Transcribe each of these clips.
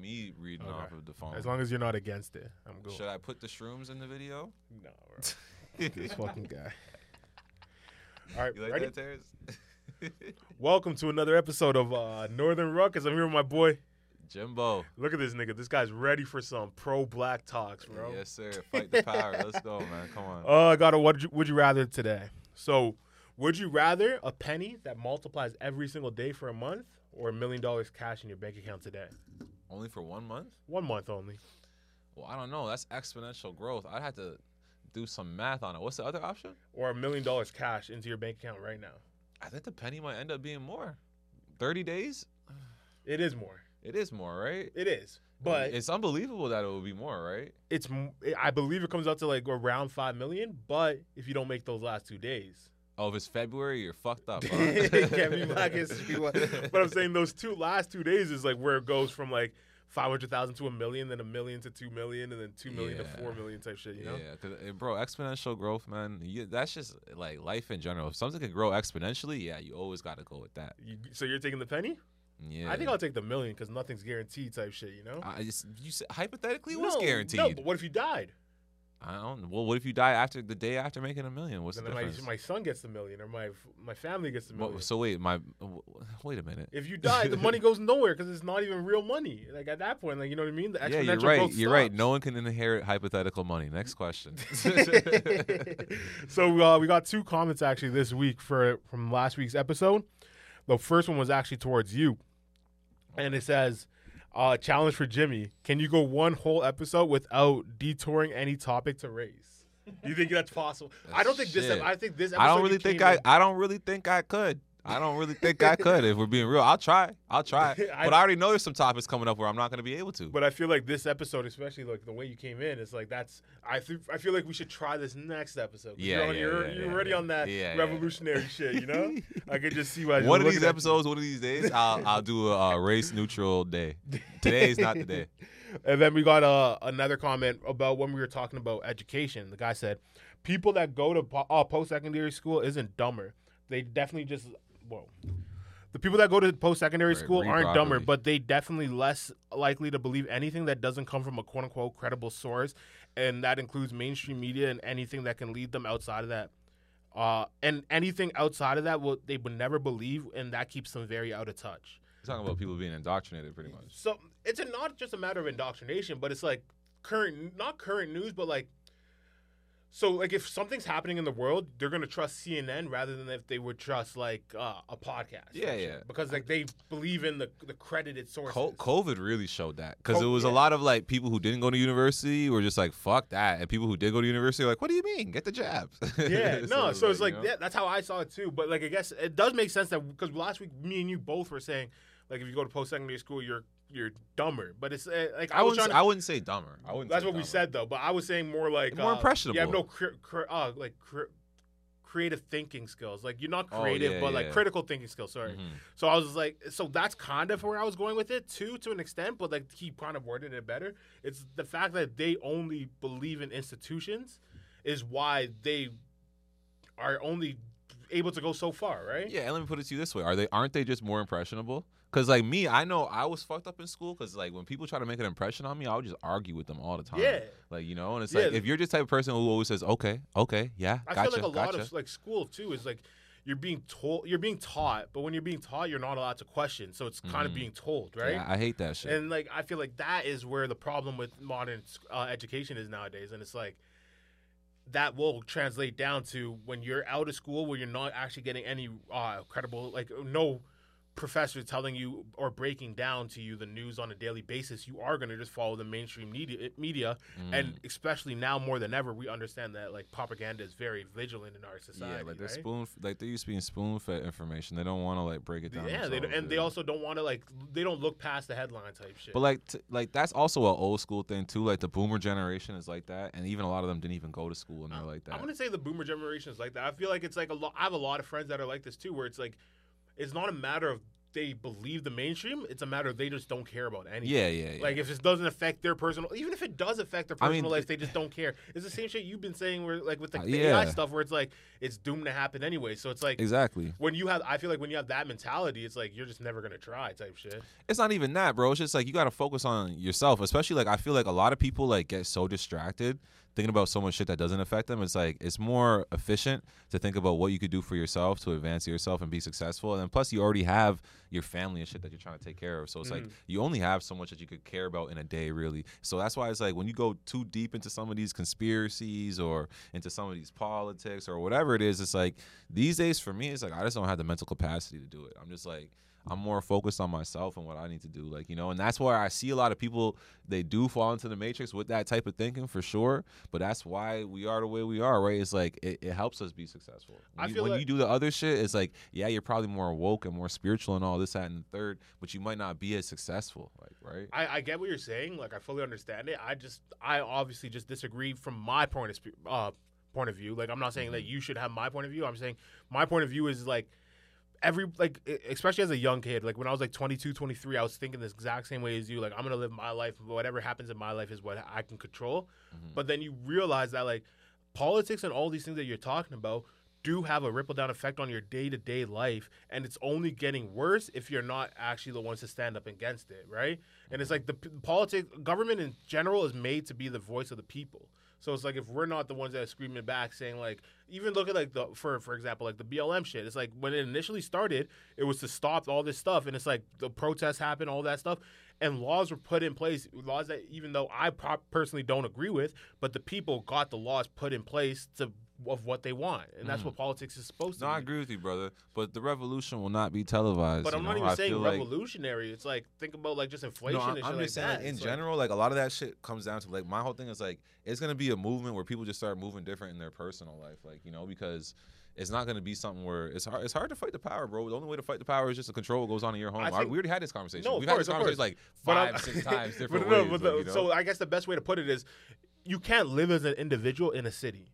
need reading Okay. off of the phone. As long as you're not against it, I'm good. Should I put the shrooms in the video? No, bro. you this fucking guy. All right, like ready? that, Terrence? Welcome to another episode of uh, Northern Ruckus. I'm here with my boy. Jimbo. Look at this nigga. This guy's ready for some pro black talks, bro. Yes, sir. Fight the power. Let's go, man. Come on. Uh, I got a would you, would you rather today. So, would you rather a penny that multiplies every single day for a month or a million dollars cash in your bank account today? Only for one month? One month only. Well, I don't know. That's exponential growth. I'd have to do some math on it. What's the other option? Or a million dollars cash into your bank account right now. I think the penny might end up being more. 30 days? It is more. It is more, right? It is. But it's unbelievable that it would be more, right? it's m- I believe it comes out to like around five million. But if you don't make those last two days, Oh, if it's February, you're fucked up. Huh? it can't be Black History Month. But I'm saying those two last two days is like where it goes from like five hundred thousand to a million, then a million to two million, and then two million Yeah. to four million type shit. You know, Yeah, 'cause, eh, bro, exponential growth, man. You, that's just like life in general. If something can grow exponentially, yeah, you always got to go with that. you, so you're taking the penny. Yeah, I think I'll take the million because nothing's guaranteed type shit. You know, I just, you said hypothetically, what's No, guaranteed? No, but what if you died? I don't. Well, what if you die after the day after making a million? What's Then the my, difference? my son gets the million, or my my family gets the What- million. so wait, my w- w- wait a minute. if you die, the money goes nowhere because it's not even real money. Like at that point, like you know what I mean? The yeah, you're exponential right. growth You're right. stops. No one can inherit hypothetical money. Next question. so uh, we got two comments actually this week for from last week's episode. The first one was actually towards you, and it says, uh, "Challenge for Jimmy: Can you go one whole episode without detouring any topic to race? Do you think that's possible? I don't think this. Shit. ep- I think this. Episode I don't you really think came I. in- I don't really think I could. I don't really think I could. If we're being real, I'll try. I'll try. I- but I already know there's some topics coming up where I'm not going to be able to. But I feel like this episode, especially like the way you came in, it's like that's. I th- I feel like we should try this next episode. 'cause Yeah, you're, on- yeah, you're, yeah, you're yeah, already yeah. on that Yeah, yeah, yeah. revolutionary shit. You know, I could just see why. you're one of looking these at- episodes, one of these days, I'll I'll do a uh, race neutral day. Today is not the day. And then we got uh, another comment about when we were talking about education. The guy said, "People that go to po- uh, post-secondary school isn't dumber. They definitely just whoa. The people that go to post-secondary Right, school read aren't dumber, properly. but they definitely less likely to believe anything that doesn't come from a quote-unquote credible source, and that includes mainstream media and anything that can lead them outside of that." Uh, and anything outside of that, will they would never believe, and that keeps them very out of touch. You're talking about people being indoctrinated, pretty much. So it's a, not just a matter of indoctrination, but it's like current, not current news, but like, so like if something's happening in the world, they're gonna trust CNN rather than if they would trust like uh, a podcast. Yeah, and shit. yeah. Because like they believe in the the credited sources. Co- COVID really showed that because Co- it was a Oh, yeah. lot of like people who didn't go to university were just like fuck that, and people who did go to university were like, what do you mean? Get the jab. yeah, no. So it's like, you know? yeah, that's how I saw it too. But like, I guess it does make sense that because last week me and you both were saying, like, if you go to post secondary school, you're you're dumber. But it's uh, like I, I was wouldn't. trying s- to I wouldn't say dumber. I wouldn't. That's say what we dumber. said though, but I was saying more like More uh, impressionable. You have no cr- cr- uh, like cr- creative thinking skills. Like you're not Oh, creative, yeah, but yeah. like critical thinking skills. Sorry. Mhm. So I was just like, so that's kind of where I was going with it too, to an extent. But like he kind of worded it better. It's the fact that they only believe in institutions is why they are only able to go so far, right? Yeah, and let me put it to you this way: Are they aren't they just more impressionable? Because like me, I know I was fucked up in school. Because like when people try to make an impression on me, I would just argue with them all the time. Yeah. like you know, and it's Yeah. like if you're just the type of person who always says, "Okay, okay, yeah, I gotcha, feel like a lot gotcha." of like school too is like you're being told you're being taught, but when you're being taught, you're not allowed to question. So it's Mhm. kind of being told, Yeah, right? I hate that shit. And like I feel like that is where the problem with modern uh, education is nowadays, and it's like that will translate down to when you're out of school, where you're not actually getting any uh, credible, like no professor telling you or breaking down to you the news on a daily basis. You are gonna just follow the mainstream media, eh, media, Mm. and especially now more than ever, we understand that like propaganda is very vigilant in our society. yeah, like they're right? spoon, like they're used to being spoon fed information. They don't want to like break it down. yeah, they, themselves, and they yeah. also don't want to like they don't look past the headline type shit. But like, t- like that's also an old school thing too. Like the boomer generation is like that, and even a lot of them didn't even go to school, and they're like that. I'm gonna say the boomer generation is like that. I feel like it's like a lot. I have a lot of friends that are like this too, where it's like, it's not a matter of they believe the mainstream, it's a matter of they just don't care about anything. Yeah, yeah, yeah. Like if it doesn't affect their personal, even if it does affect their I personal mean, life, they just don't care. It's the same shit you've been saying, where like with the, Uh, the AI yeah. stuff, where it's like it's doomed to happen anyway. So it's like exactly. when you have, I feel like when you have that mentality, it's like you're just never gonna try type shit. It's not even that, bro. It's just like you got to focus on yourself, especially like I feel like a lot of people like get so distracted thinking about so much shit that doesn't affect them. It's like it's more efficient to think about what you could do for yourself to advance yourself and be successful. And then plus you already have your family and shit that you're trying to take care of. So it's like you only have so much that you could care about in a day, really. So that's why it's like when you go too deep into some of these conspiracies or into some of these politics or whatever it is, it's like these days for me, it's like I just don't have the mental capacity to do it. I'm just like I'm more focused on myself and what I need to do, like you know, and that's where I see a lot of people they do fall into the matrix with that type of thinking for sure. But that's why we are the way we are, right? It's like it, it helps us be successful. I When, you, feel when like- you do the other shit, it's like yeah, you're probably more woke and more spiritual and all this, that, and the third, but you might not be as successful, like right? I, I get what you're saying. Like I fully understand it. I just I obviously just disagree from my point of spe- uh, point of view. Like I'm not saying that you should have my point of view. I'm saying my point of view is like every like e- especially as a young kid like when i was like 22 23 i was thinking the exact same way as you like i'm gonna live my life whatever happens in my life is what i can control Mhm. but then you realize that like politics and all these things that you're talking about do have a ripple down effect on your day-to-day life and it's only getting worse if you're not actually the ones to stand up against it right and it's like the p- politics government in general is made to be the voice of the people so it's like if we're not the ones that are screaming back, saying like, even look at like the for for example like the BLM shit. It's like when it initially started, it was to stop all this stuff, and it's like the protests happened, all that stuff, and laws were put in place. Laws that even though I pro- personally don't agree with, but the people got the laws put in place to of what they want, and that's what politics is supposed to. Mm. No, I be. agree with you, brother. But the revolution will not be televised. But you I'm not know? even I feel saying like- revolutionary. it's like think about like just inflation No, I'm, and shit I'm like just saying, that. like, in It's like- general, like a lot of that shit comes down to like my whole thing is like it's gonna be a movement where people just start moving different in their personal life, like you know, because it's not gonna be something where it's hard. It's hard to fight the power, bro. The only way to fight the power is just to control what goes on in your home. I I- think- we already had this conversation. No, of We've course, of had this course. conversation like But I'm- five, six times different but no, ways. but like, the- you know? So I guess the best way to put it is, you can't live as an individual in a city.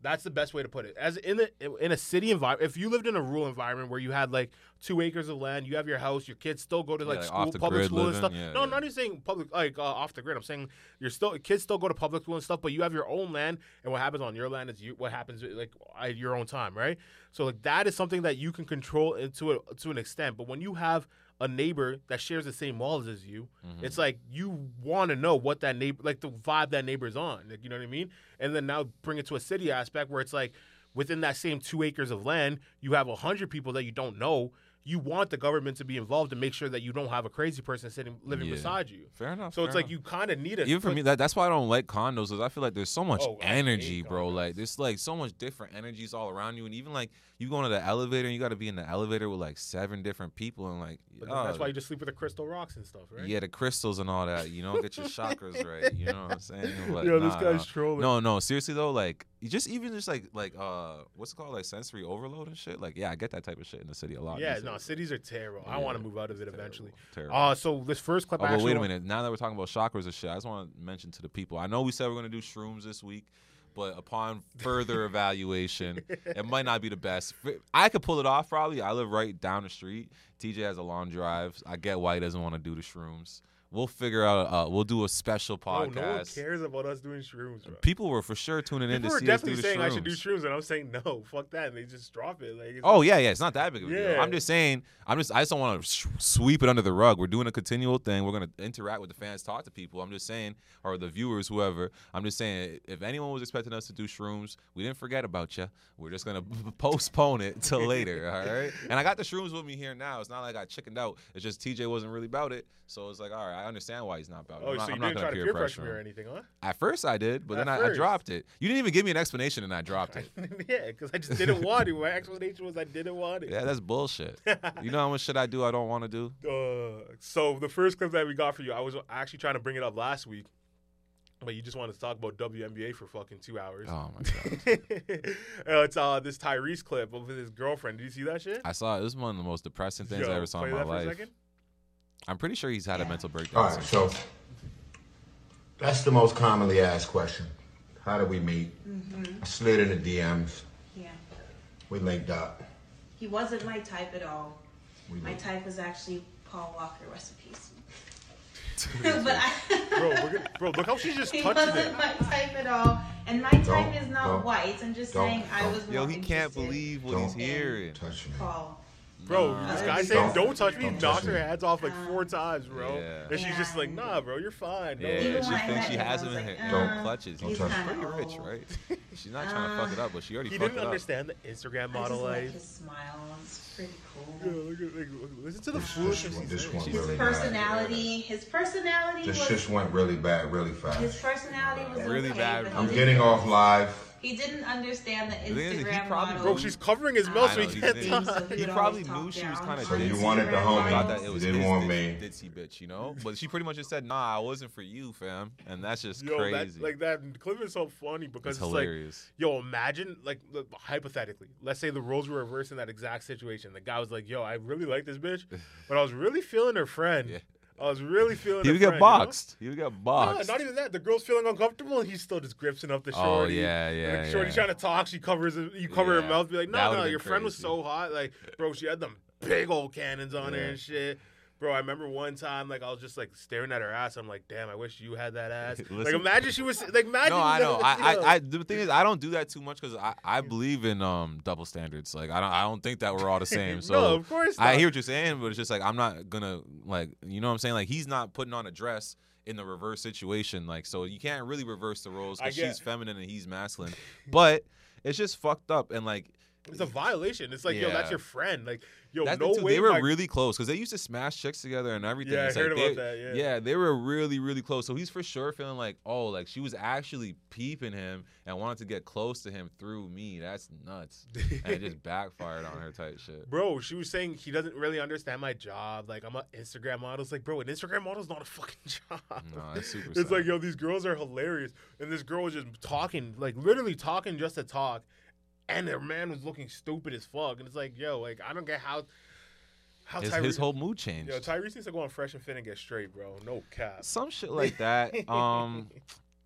That's the best way to put it. As in a in a city environment, if you lived in a rural environment where you had like two acres of land, you have your house, your kids still go to Yeah, like like school, off the public grid school living, and stuff. yeah, yeah. no, I'm not even saying public like uh, off the grid. I'm saying you're still kids still go to public school and stuff, but you have your own land, and what happens on your land is you what happens like at your own time, right? So like that is something that you can control to a, to an extent. But when you have a neighbor that shares the same walls as you, Mhm. it's like you want to know what that neighbor, like the vibe that neighbor's on. Like, you know what I mean? And then now bring it to a city aspect where it's like within that same two acres of land, you have a hundred people that you don't know. You want the government to be involved to make sure that you don't have a crazy person sitting living Yeah. beside you. fair enough. So it's fair like you kind of need it. even for me that, that's why i don't like condos because i feel like there's so much Oh, I hate energy bro condos. like there's like so much different energies all around you and even like you go into the elevator and you got to be in the elevator with like seven different people and like But oh, that's why you just sleep with the crystal rocks and stuff, right? yeah the crystals and all that you know get your chakras right you know what i'm saying Like, Yo, this nah, guy's nah. trolling. No, no, seriously though, like you just even just like like uh what's it called like sensory overload and shit. Like yeah, I get that type of shit in the city a lot. yeah, these no, days. cities are terrible. I Yeah, want to move out of it Terrible, eventually. Terrible. Uh, so this first clip, Oh, I but actually wait a wa- minute. Now that we're talking about chakras and shit, I just want to mention to the people. I know we said we're gonna do shrooms this week, but upon further evaluation, it might not be the best. F- I could pull it off probably. I live right down the street. TJ has a long drive. I get why he doesn't want to do the shrooms. We'll figure out. Uh, we'll do a special Oh, No, no one podcast. cares about us doing shrooms, bro. people were for sure tuning in People to were see us do definitely the saying shrooms. I should do shrooms, and I'm saying no, fuck that, and they just drop it. Like, it's Oh yeah, yeah. It's not that big of a deal. Yeah. I'm just saying. I'm just. I just don't want to sh- sweep it under the rug. We're doing a continual thing. We're gonna interact with the fans, talk to people. I'm just saying, or the viewers, whoever. I'm just saying, if anyone was expecting us to do shrooms, we didn't forget about you. We're just gonna postpone it till later. all right. And I got the shrooms with me here now. It's not like I chickened out. It's just TJ wasn't really about it. So it's like, all right, I understand why he's not about it. Oh, I'm not, so you I'm not didn't gonna try to peer pressure me or anything, huh? At first I did, but At then I, I first. dropped it. You didn't even give me an explanation, and I dropped it. yeah, because I just didn't want it. My explanation was I didn't want it. Yeah, that's bullshit. You know how much shit I do I don't want to do? Uh, so the first clip that we got for you, I was actually trying to bring it up last week, but you just wanted to talk about WNBA for fucking two hours. Oh my god. Uh, it's uh, this Tyrese clip of his girlfriend. Did you see that shit? I saw it. It was one of the most depressing things Yo, I ever saw play in my that for a life. second. I'm pretty sure he's had a mental breakdown. All right, so that's the most commonly asked question. How did we meet? Mm-hmm. I slid in the DMs. Yeah. We linked up. He wasn't my type at all. We My would- type was actually Paul Walker recipes. but I, bro, we're gonna, bro, look how she just he touched it. wasn't my type at all. And my type is not don't, white. I'm just don't, saying I don't. was Yo, more he can't interested believe what Don't. he's hearing. touch me. in Paul. Bro, this guy saying Don't- don't touch me, don't touch knocked her me. hands off like four times, bro. Yeah. And she's just like, Yeah. nah, bro, you're fine. No, Yeah, Even she when I thinks met she him, I has him was in her like, her uh, clutches. he's She's kinda pretty rich, old. right? She's not trying to fuck it up, but she already He fucked didn't it understand the Instagram I just model like life. his smile. It's pretty Yeah, cool. look at- like, Listen to the This foolishness. one, he's this saying. one His really bad. personality. His personality This was. just went really bad, really His fast. personality was Really okay, bad. but he I'm I'm didn't- getting off live. He didn't understand the The thing is that he Instagram probably- model. Bro, she's covering his mouth so I know, he he's can't big. talk. He probably knew she was kinda So you wanted the up. homie. Thought that it was Didn't his want ditzy, me. ditzy bitch, you know. But she pretty much just said, "Nah, I wasn't for you, fam," and that's just Yo, crazy. that like that clip is so funny because it's it's, like, hilarious. yo, imagine like the- hypothetically, let's say the roles were reversed in that exact situation. The guy was like, yo, I really like this bitch, but I was really feeling her friend. Yeah. I was really feeling. he her would get friend, you know? boxed. He would get No, boxed. not even that. The girl's feeling uncomfortable, and he still just gripsing up the Oh, shorty. yeah, yeah, Like, shorty yeah. trying to talk, she covers it. You cover Yeah. her mouth, be That like, no, would've no, been your friend was crazy. so hot, like, bro, she had them big old cannons on her Yeah. and shit. Bro, I remember one time, like, I was just like staring at her ass. I'm like, damn, I wish you had that ass. like, Listen. imagine she was like, imagine. no, I know. that- I, yo. I, I, the thing is, I don't do that too much because I, I believe in um double standards. Like, I don't, I don't think that we're all the same. So no, of course. I not. hear what you're saying, but it's just like I'm not gonna like, you know what I'm saying? Like, he's not putting on a dress in the reverse situation. Like, so you can't really reverse the roles I because get- she's feminine and he's masculine. but it's just fucked up and like. It's a violation. It's like, yo, that's Yeah. your friend. Like, yo, That's the no two- way. they were my- really close because they used to smash chicks together and everything. Yeah, I It's heard like about they- that, yeah. they were really, really close. So he's for sure feeling like, oh, like she was actually peeping him and wanted to get close to him through me. That's nuts. and it just backfired on her type shit. Bro, she was saying he doesn't really understand my job. Like I'm an Instagram model. It's like, bro, an Instagram model is not a fucking job. No, it's super It's like, sad. yo, these girls are hilarious, and this girl was just talking, like literally talking just to talk, and her man was looking stupid as fuck. And it's like, yo, like I don't get how how His, Tyrese. his whole mood changed. yo, Tyrese needs to go on Fresh and Fit and get straight, bro. No cap. some shit like that. Um,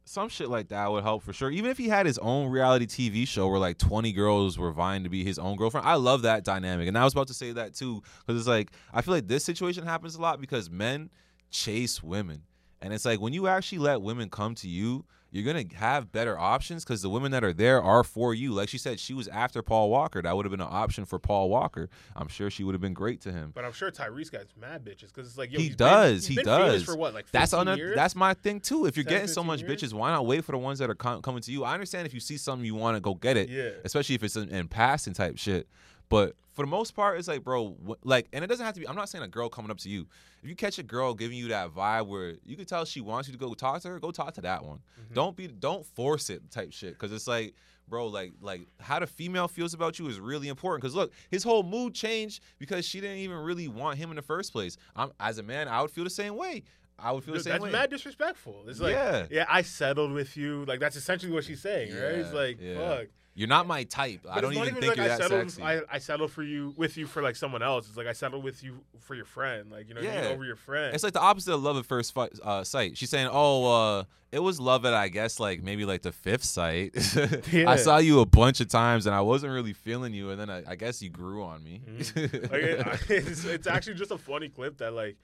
some shit like that would help for sure. Even if he had his own reality TV show where like 20 girls were vying to be his own girlfriend, I love that dynamic. And I was about to say that too because it's like I feel like this situation happens a lot because men chase women, and it's like when you actually let women come to you. You're gonna have better options because the women that are there are for you. Like she said, she was after Paul Walker. That would have been an option for Paul Walker. I'm sure she would have been great to him. But I'm sure Tyrese got mad bitches because it's like, yo, He he's been- does. he's he been famous does. For what? Like that's 15 on. years? That's my thing too. If you're 10, getting so 15 much years? bitches, why not wait for the ones that are com- coming to you? I understand if you see something you want to go get it, Yeah. Especially if it's in, in passing type shit. But for the most part, it's like, bro, wh- like, and it doesn't have to be. I'm not saying a girl coming up to you. If you catch a girl giving you that vibe where you can tell she wants you to go talk to her, go talk to that one. Mm-hmm. Don't be, don't force it type shit. Because it's like, bro, like, like how the female feels about you is really important. Because look, his whole mood changed because she didn't even really want him in the first place. I'm as a man, I would feel the same way. I would feel Dude, the same that's way. mad disrespectful. It's like, Yeah. yeah. I settled with you. Like that's essentially what she's saying, right? It's Yeah, like, yeah. fuck. You're not my type. But I don't it's not even think like you're I that settled, sexy. I, I settled for you with you for like someone else. It's like I settled with you for your friend. Like you know, you Yeah. over your friend. It's like the opposite of love at first fi- uh, sight. She's saying, "Oh, uh, it was love at I guess like maybe like the fifth sight. Yeah. I saw you a bunch of times and I wasn't really feeling you, and then I, I guess you grew on me." Mm. Like, it- it's, it's actually just a funny clip that like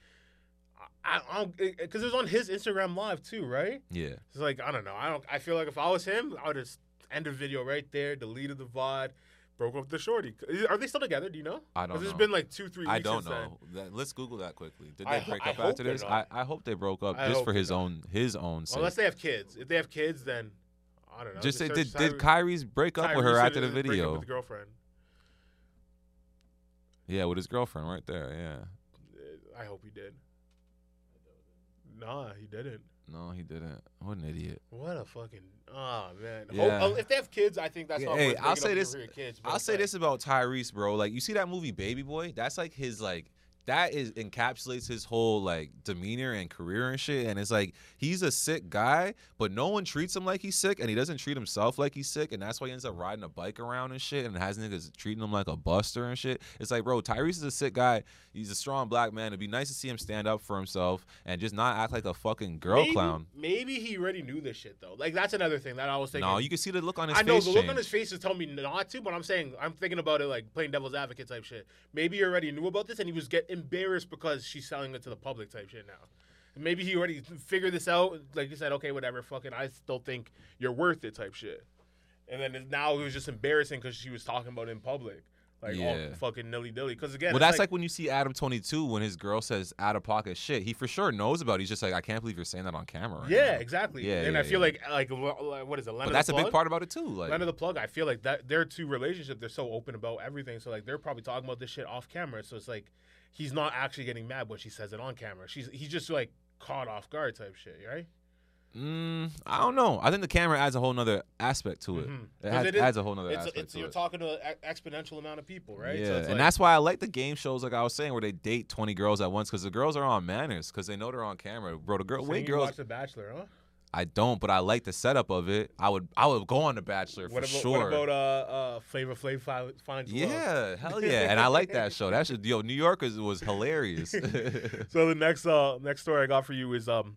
I, I don't because it was on his Instagram live too, right? yeah, It's like I don't know. I don't. I feel like if I was him, I would just end the video right there, deleted the VOD, broke up the shorty. Are they still together? Do you know? I don't 'Cause It's know. been like two, three. Weeks I don't since then. know. That- let's Google that quickly. Did they I ho- break I up hope after they're this? I, not. I hope they broke up I just hope for they're his not. own his own sake. Unless they have kids. If they have kids, then I don't know. just say, search did Tyre- did Kyrie's break up with her Tyrese after the and his breakup video? With the girlfriend. yeah, with his girlfriend right there. Yeah. Uh, I hope he did. Nah, he didn't. No, he didn't. What an idiot. What a fucking oh man. Hope- Yeah. oh, if they have kids, I think that's Yeah, not hey, worth I'll breaking say up this- For your kids, but I'll it's say like- this about Tyrese, bro. Like you see that movie Baby Boy? That's like his like that is encapsulates his whole like demeanor and career and shit. And it's like he's a sick guy, but no one treats him like he's sick, and he doesn't treat himself like he's sick, and that's why he ends up riding a bike around and shit, and has niggas treating him like a buster and shit. It's like, bro, Tyrese is a sick guy. He's a strong black man. It'd be nice to see him stand up for himself and just not act like a fucking girl maybe, clown. Maybe he already knew this shit though. Like that's another thing that I was thinking. No, you can see the look on his I face. know the look on change. his face is telling me not to, but I'm saying I'm thinking about it like playing devil's advocate type shit. Maybe he already knew about this and he was get embarrassed because she's selling it to the public type shit now. Maybe he already figured this out. Like you said, okay, whatever, fucking, I still think you're worth it type shit. And then it- now it was just embarrassing because she was talking about it in public, like Yeah. all fucking nilly dilly. Because again, well, it's that's like, when you see Adam 22 when his girl says out of pocket shit. He for sure knows about. It. He's just like, I can't believe you're saying that on camera. right yeah, now." exactly. Yeah, and yeah, I feel yeah. like like lo- like, what is it? Lena But that's a big Plug? part about it too. Like, None of the plug. I feel like that their two relationship. They're so open about everything. So like they're probably talking about this shit off camera. So it's like he's not actually getting mad when she says it on camera. She's he's just like caught off guard type shit, right? mm, I don't know. I think the camera adds a whole nother aspect to it. Mhm. It, 'Cause adds, it is- adds a whole nother it's aspect it's to you're it. talking to an ex- exponential amount of people, right? Yeah, So it's and like- that's why I like the game shows. Like I was saying, where they date twenty girls at once because the girls are on manners because they know they're on camera. Bro, the girl, so wait, you girls, watch The Bachelor, huh? I don't, but I like the setup of it. I would, I would go on The Bachelor What for about sure. what about uh uh Flavor Flav fi- finds Love? yeah, hell yeah, and I like that show. That should, yo, New Yorkers was hilarious. So the next uh next story I got for you is um.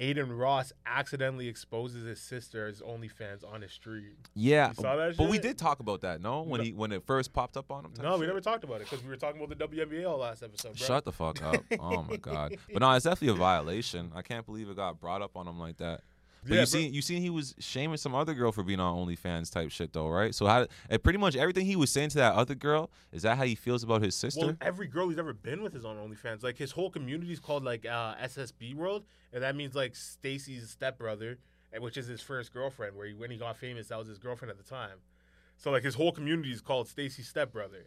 Aiden Ross accidentally exposes his sister's OnlyFans on his stream. Yeah, You saw that but we shit? did talk about that. No, when No. he when it first popped up on him. type No, we shit? never talked about it because we were talking about the WNBA all last episode. Bro. Shut the fuck up! Oh my god! But no, it's definitely a violation. I can't believe it got brought up on him like that. But Yeah, you bro. seen you seen he was shaming some other girl for being on OnlyFans type shit though, right? So how and pretty much everything he was saying to that other girl is that how he feels about his sister? Well, every girl he's ever been with is on OnlyFans. Like his whole community is called like uh, SSB World, and that means like Stacy's stepbrother, and- which is his first girlfriend. Where he, when he got famous, that was his girlfriend at the time. So like his whole community is called Stacy's stepbrother.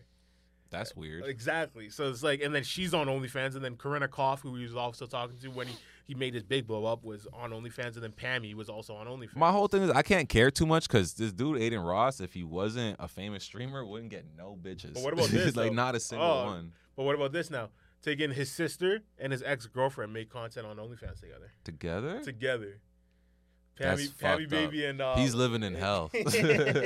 That's weird. Exactly. So it's like, and then she's on OnlyFans, and then Corinna Koff, who he was also talking to when he, he made his big blow up, was on OnlyFans, and then Pammy was also on OnlyFans. My whole thing is I can't care too much because this dude Aiden Ross, if he wasn't a famous streamer, wouldn't get no bitches. But what about this? like though? not a single Oh, one But what about this now? Taking his sister and his ex girlfriend made content on OnlyFans together. together. Together. That's Pammy, fucked Pammy up. baby, and uh, He's living in hell. He's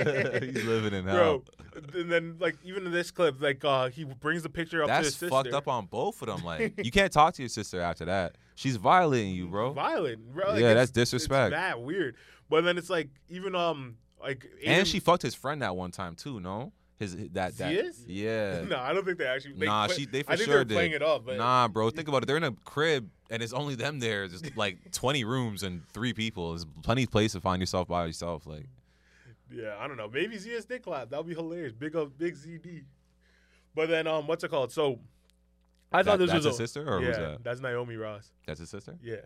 living in hell. bro. And then like even in this clip, like uh, he brings the picture up to his That's sister. fucked up on both of them. Like you can't talk to your sister after that. She's violating you, bro. Violent, bro. Like, Yeah, it's- that's disrespect. It's bad, weird. But then it's like even um like And Aiden- she fucked his friend that one time too. No, his that that Zia's? yeah. No, I don't think they actually. They nah, play- she they for I think sure they're playing did. it up, but nah, bro, think about it. They're in a crib and it's only them there. Just like twenty rooms and three people. There's plenty of place to find yourself by yourself. Like Yeah, I don't know. Maybe ZS dick clap. That'd be hilarious. Big up, big ZD. But then, um, what's it called? So, I That- thought this that's was his sister, or yeah, who's that? That's Naomi Ross. that's his sister. Yeah.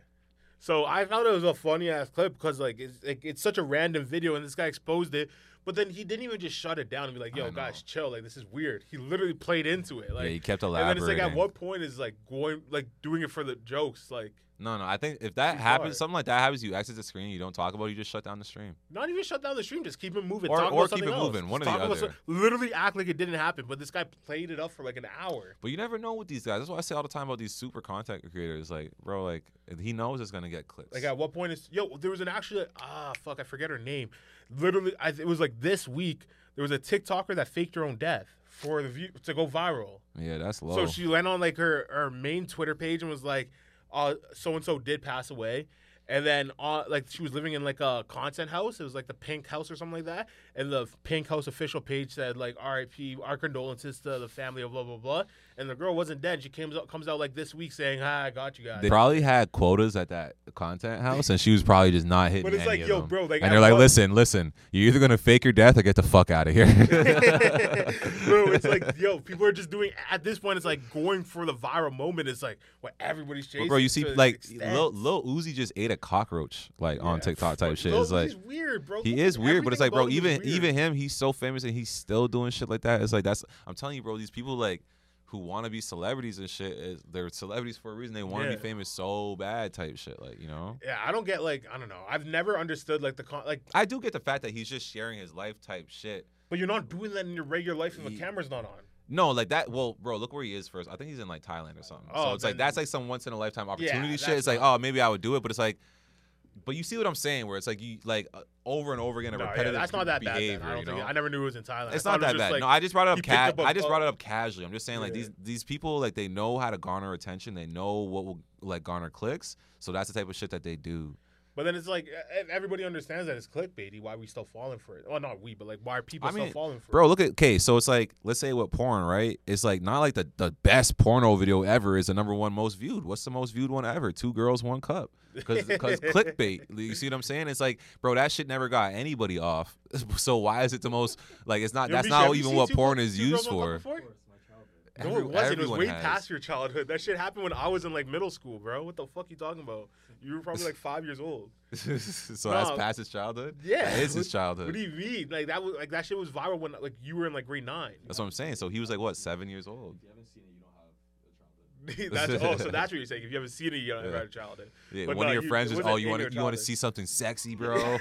So I thought it was a funny ass clip because like it's like, it's such a random video and this guy exposed it, but then he didn't even just shut it down and be like, I "Yo, know. guys, chill." Like this is weird. He literally played into it. Like, yeah, he kept and then elaborating. it's like, at what point is like going like doing it for the jokes? Like, no, no, I think if that Too happens, far. something like that happens, you exit the screen, you don't talk about, it, you just shut down the stream. Not even shut down the stream. Just keep it moving. Or- talk or about keep something it else. moving, one or Just the talk about other. some- literally act like it didn't happen, but this guy played it up for like an hour. But you never know with these guys. That's why I say all the time about these super content creators. Like, bro, like he knows it's gonna get clicks. Like at what point is yo? There was an actual ah fuck I forget her name. Literally, I, it was like this week. There was a TikToker that faked her own death for the view to go viral. yeah, that's low. So she went on like her her main Twitter page and was like, "Uh, so and so did pass away." And then, uh, like, she was living in like a content house. It was like the Pink House or something like that. And the Pink House official page said like, "R.I.P. Our condolences to the family of blah blah blah." And the girl wasn't dead. She comes out comes out like this week saying, "Hi, I got you guys." They probably had quotas at that content house, and she was probably just not hitting. But it's any like, of yo, them. bro, like, and at they're like, what- listen, listen, you're either gonna fake your death or get the fuck out of here. Bro, it's like, yo, people are just doing. At this point, it's like going for the viral moment. It's like what everybody's chasing. But bro, you see, to this like, extent. Lil, Lil Uzi just ate a cockroach, like on Yeah. TikTok type shit. Lil It's like Uzi's weird, bro. he Fucking is weird, but it's everything like, bro, about him is even weird. even him, he's so famous and he's still doing shit like that. It's like that's I'm telling you, bro, these people like who want to be celebrities and shit, is, they're celebrities for a reason. They want to Yeah. be famous so bad, type shit. Like you know. Yeah, I don't get like I don't know. I've never understood like the con- like, I do get the fact that he's just sharing his life type shit. but you're not doing that in your regular life if the Ye- camera's not on. No, like that. Well, bro, look where he is first. I think he's in like Thailand or something. so Oh, it's like then- that's like some once in a lifetime opportunity Yeah, shit. It's like, that's oh, maybe I would do it, but it's like, but you see what I'm saying? Where it's like you like uh, over and over again a No, yeah, repetitive that's not that bad. behavior. then. I don't you think know? I never knew it was in Thailand. it's I not thought that it was bad. just, no, like, I just brought it he up. picked Ca- up a I just brought it phone. up casually. I'm just saying, like Yeah. these these people, like they know how to garner attention. They know what will like garner clicks. So that's the type of shit that they do. But then it's like e- everybody understands that it's clickbaity. Why are we still falling for it? Well, not we, but like why are people I still mean, falling for Bro, look at okay. So it's like let's say with porn, right? It's like not like the the best porno video ever is the number one most viewed. What's the most viewed one ever? Two girls, one cup. Because clickbait. You see what I'm saying? It's like, bro, that shit never got anybody off. So why is it the most like it's it? not? Yo, that's Misha, have not you even seen what Two porn Girls- is Two Girls, used One Cup for. before? No, Every- it wasn't. It was everyone way has. past your childhood. That shit happened when I was in like middle school, bro. What the fuck you talking about? You were probably like five years old. so No. that's past his childhood. Yeah. that is his What- childhood. What do you mean? Like that was like that shit was viral when like you were in like grade nine. That's what I'm saying. So he was like what seven years old. that's oh, so that's what you're saying. If you haven't seen it, you don't Yeah. have had a childhood. Yeah, But one no, of your you- friends it is, wasn't oh, you in want your to you want to childhood." see something sexy, bro?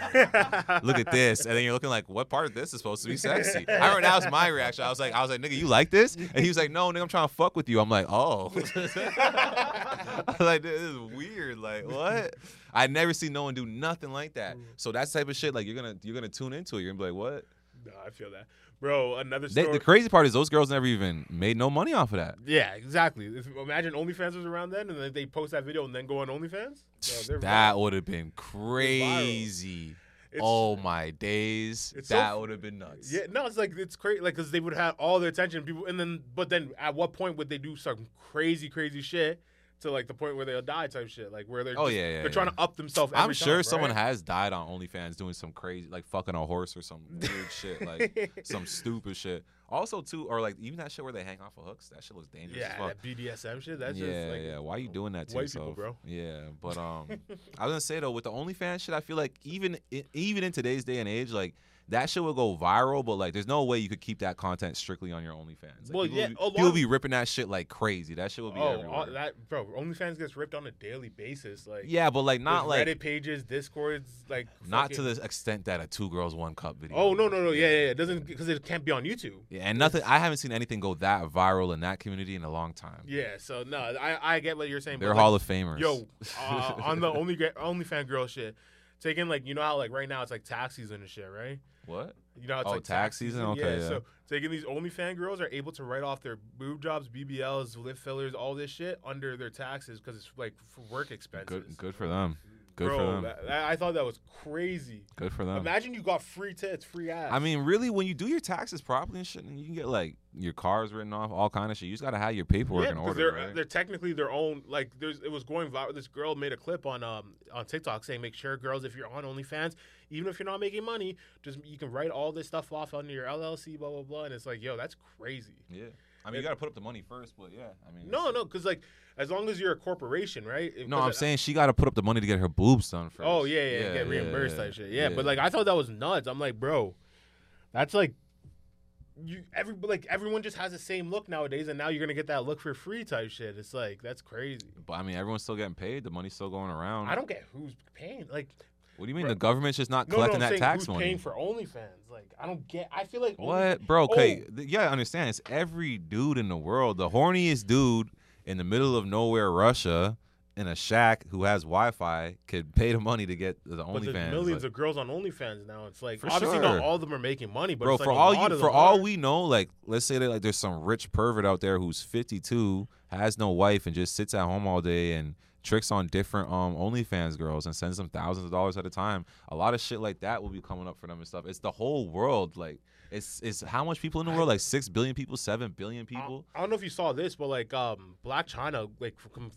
Look at this, and then you're looking like, what part of this is supposed to be sexy? I remember that was my reaction. I was like, I was like, nigga, you like this? And he was like, no, nigga, I'm trying to fuck with you. I'm like, oh, I was like this is weird. Like what? I never seen no one do nothing like that. Mm. So that's the type of shit. Like you're gonna you're gonna tune into it. You're gonna be like, what? No, I feel that, bro. Another They, story. the crazy part is those girls never even made no money off of that. yeah, exactly. If, imagine OnlyFans was around then, and then they post that video and then go on OnlyFans. Bro, they're that would have been crazy. It's- oh my days. it's so That f- would have been nuts. Yeah, no, it's like it's crazy, like because they would have all the attention, people, and then but then at what point would they do some crazy, crazy shit to like the point where they'll die type shit, like where they're Oh, just- yeah, yeah, they're trying yeah. to up themselves. I'm every sure time, someone right? has died on OnlyFans doing some crazy, like fucking a horse or some weird shit, like some stupid shit. Also, too, or like even that shit where they hang off of hooks. That shit looks dangerous as yeah, fuck. that BDSM shit. That's yeah, just like yeah. Why you doing that to white people, yourself, bro. Yeah, but um, I was gonna say though, with the OnlyFans shit, I feel like even i- even in today's day and age, like that shit will go viral. But like, there's no way you could keep that content strictly on your OnlyFans. Like, Well, people yeah, will be, a lot people will of- be ripping that shit like crazy. That shit will be Oh, everywhere. all, that bro, OnlyFans gets ripped on a daily basis. Like yeah, but like there's not like Reddit pages, Discords, like not to fucking- the extent that a two girls one cup video. Oh no, no, no, yeah, yeah, yeah. it doesn't because it can't be on YouTube. Yeah, and nothing. I haven't seen anything go that viral in that community in a long time. Yeah, so no, I I get what you're saying. but, They're like, Hall of Famers. Yo, uh, on the only gra- only fan girl shit, taking like you know how like right now it's like tax season and shit, right? what? You know how it's Oh, like tax season? Okay, yeah. So taking these only fan girls are able to write off their boob jobs, BBLs, lip fillers, all this shit under their taxes because it's like for work expenses. Good, good for them. Good Bro, for them. that- that- I thought that was crazy. good for them. Imagine you got free tits, free ass. I mean, really, when you do your taxes properly and shit, and you can get like your cars written off, all kind of shit. You just gotta have your paperwork in because order. They're, right? they're technically their own. Like, there's it was going viral. This girl made a clip on um on TikTok saying, "Make sure, girls, if you're on OnlyFans, even if you're not making money, just you can write all this stuff off under your LLC, blah blah blah." And it's like, yo, that's crazy. yeah. I mean, you gotta put up the money first, but yeah. I mean, No, no, because like as long as you're a corporation, right? It- no. 'cause I'm it- saying she gotta put up the money to get her boobs done first. Oh yeah, yeah, get reimbursed type shit. Yeah, but like I thought that was nuts. I'm like, bro, that's like. You every like everyone just has the same look nowadays, and now you're gonna get that look for free type shit. It's like that's crazy. But I mean, everyone's still getting paid. The money's still going around. I don't get who's paying. Like What do you mean? Bro. The government's just not collecting I'm that saying tax who's money. paying for OnlyFans? Like, I don't get. I feel like Only, Oh, What, bro? Okay, th- yeah, I understand. It's every dude in the world, the horniest dude in the middle of nowhere, Russia, in a shack who has Wi-Fi, could pay the money to get the but there's OnlyFans. millions like- of girls on OnlyFans now. It's like For obviously sure. not all of them are making money, but bro, it's like for a all lot you, of for them all are. we know, like let's say that like there's some rich pervert out there who's 52, has no wife, and just sits at home all day and tricks on different um OnlyFans girls and sends them thousands of dollars at a time. A lot of shit like that will be coming up for them and stuff. It's the whole world, like. It's, it's how much people in the world like six billion people seven billion I- people I, don't know if you saw this, but like, um, Black China like com-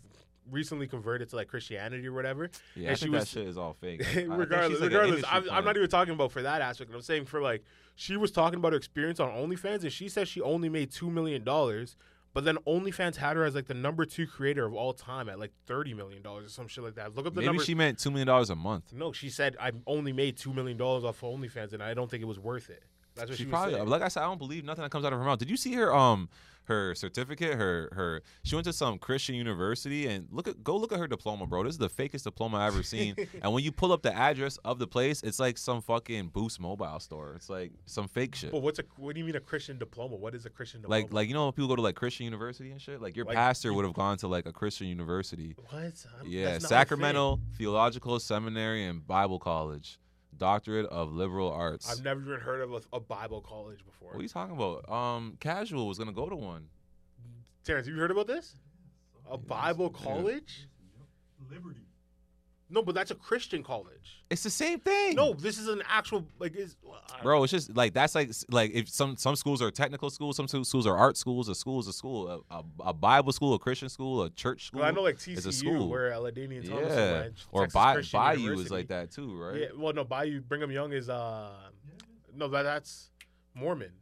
recently converted to like Christianity or whatever. Yeah, I and she think was that shit is all fake. I- I think she's, regardless, like, an regardless, industry I'm, I'm plant. not even talking about for that aspect. I'm saying for like, she was talking about her experience on OnlyFans, and she said she only made two million dollars. But then OnlyFans had her as like the number two creator of all time at like thirty million dollars or some shit like that. Look up the Maybe numbers. she meant two million dollars a month. No, she said I only made two million dollars off of OnlyFans, and I don't think it was worth it. That's what She she, probably was saying. like I said, I don't believe nothing that comes out of her mouth. Did you see her um her certificate? Her her she went to some Christian university and look at go look at her diploma, bro. This is the fakest diploma I've ever seen. and when you pull up the address of the place, it's like some fucking Boost Mobile store. It's like some fake shit. But what's a what do you mean a Christian diploma? What is a Christian diploma? Like like you know when people go to like Christian university and shit. Like your Like- pastor would have gone to like a Christian university. what? I'm- Yeah, that's not my thing. Sacramento Theological Seminary and Bible College, doctorate of liberal arts. I've never even heard of a, a Bible college before. what are you talking about? Um, casual was gonna go to one. Terrence, you heard about this? A Bible college? Liberty. No, but that's a Christian college. It's the same thing. No, this is an actual like. uh, Is bro, it's just like that's like like if some some schools are technical schools, some schools are art schools. A school is a school, a, a, a Bible school, a Christian school, a church school. I know like is a TCU school. where Aladini and Thomas yeah, went, or Texas Bay, Christian Bayou is University. like that too, right? Yeah, well, no, Bayou Brigham Young is uh, no, that, that's Mormon.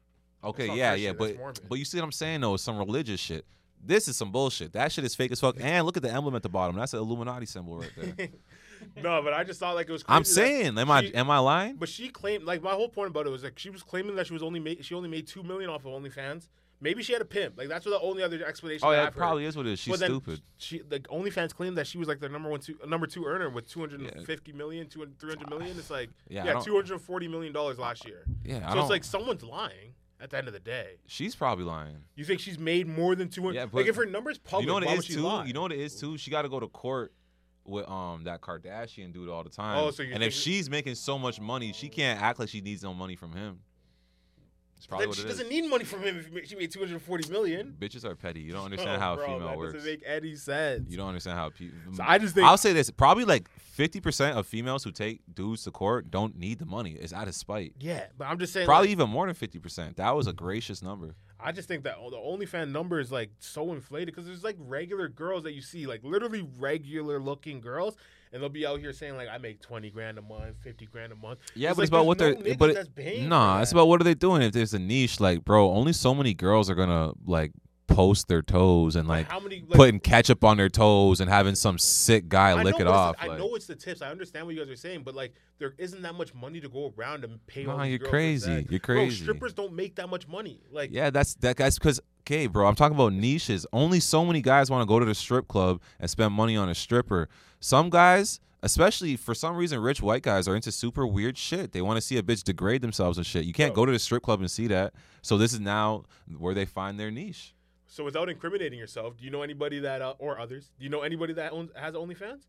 Okay, not yeah, Christian, yeah, that's but Mormon. but you see what I'm saying though? It's some religious shit. This is some bullshit. That shit is fake as fuck. And look at the emblem at the bottom. That's an Illuminati symbol right there. No, but I just thought like it was. Crazy I'm that saying, am I she- am I lying? But she claimed like my whole point about it was like she was claiming that she was only made she only made two million off of OnlyFans. Maybe she had a pimp. Like that's the only other explanation. Oh, that yeah, I've it heard. probably is what it is. She's But then stupid. She like OnlyFans claimed that she was like the number one two, number two earner with 250 million, 200, 300 million. It's like Yeah, yeah, I don't- 240 million dollars last year. Yeah, I so don't- it's like someone's lying at the end of the day. She's probably lying. You think she's made more than 200? Yeah, but- like if her numbers public, you know what why it would is she too. lie? You know what it is too. She got to go to court with um that Kardashian dude all the time. Oh, so you're and if thinking- she's making so much money, she can't act like she needs no money from him. It's probably then what she it is. doesn't need money from him if she ma- she made 240 million. Bitches are petty. You don't understand how Oh, bro, a female that works. doesn't make any sense. You don't understand how people. So I just think I'll say this: probably like fifty percent of females who take dudes to court don't need the money. It's out of spite. yeah, but I'm just saying Probably even more than fifty percent. That was a gracious number. I just think that the OnlyFans number is like so inflated because there's like regular girls that you see, like literally regular looking girls, and they'll be out here saying like I make twenty grand a month, fifty grand a month. Yeah, It's but like, it's about there's what no they're. niggas But it- that's paying nah, for it's that. about what are they doing? If there's a niche, like bro, only so many girls are gonna like post their toes and like how many like, putting ketchup on their toes and having some sick guy I lick know, it but it's- off. I like, know it's the tips. I understand what you guys are saying, but like there isn't that much money to go around and pay. all Nah, these you're girls for crazy. sex. You're Bro, crazy. strippers don't make that much money. Like Yeah, that's that guy's because okay, bro. I'm talking about niches. Only so many guys want to go to the strip club and spend money on a stripper. Some guys, especially for some reason, rich white guys are into super weird shit. They want to see a bitch degrade themselves and shit. You can't go to the strip club and see that. So this is now where they find their niche. So without incriminating yourself, do you know anybody that uh, or others? Do you know anybody that owns has OnlyFans?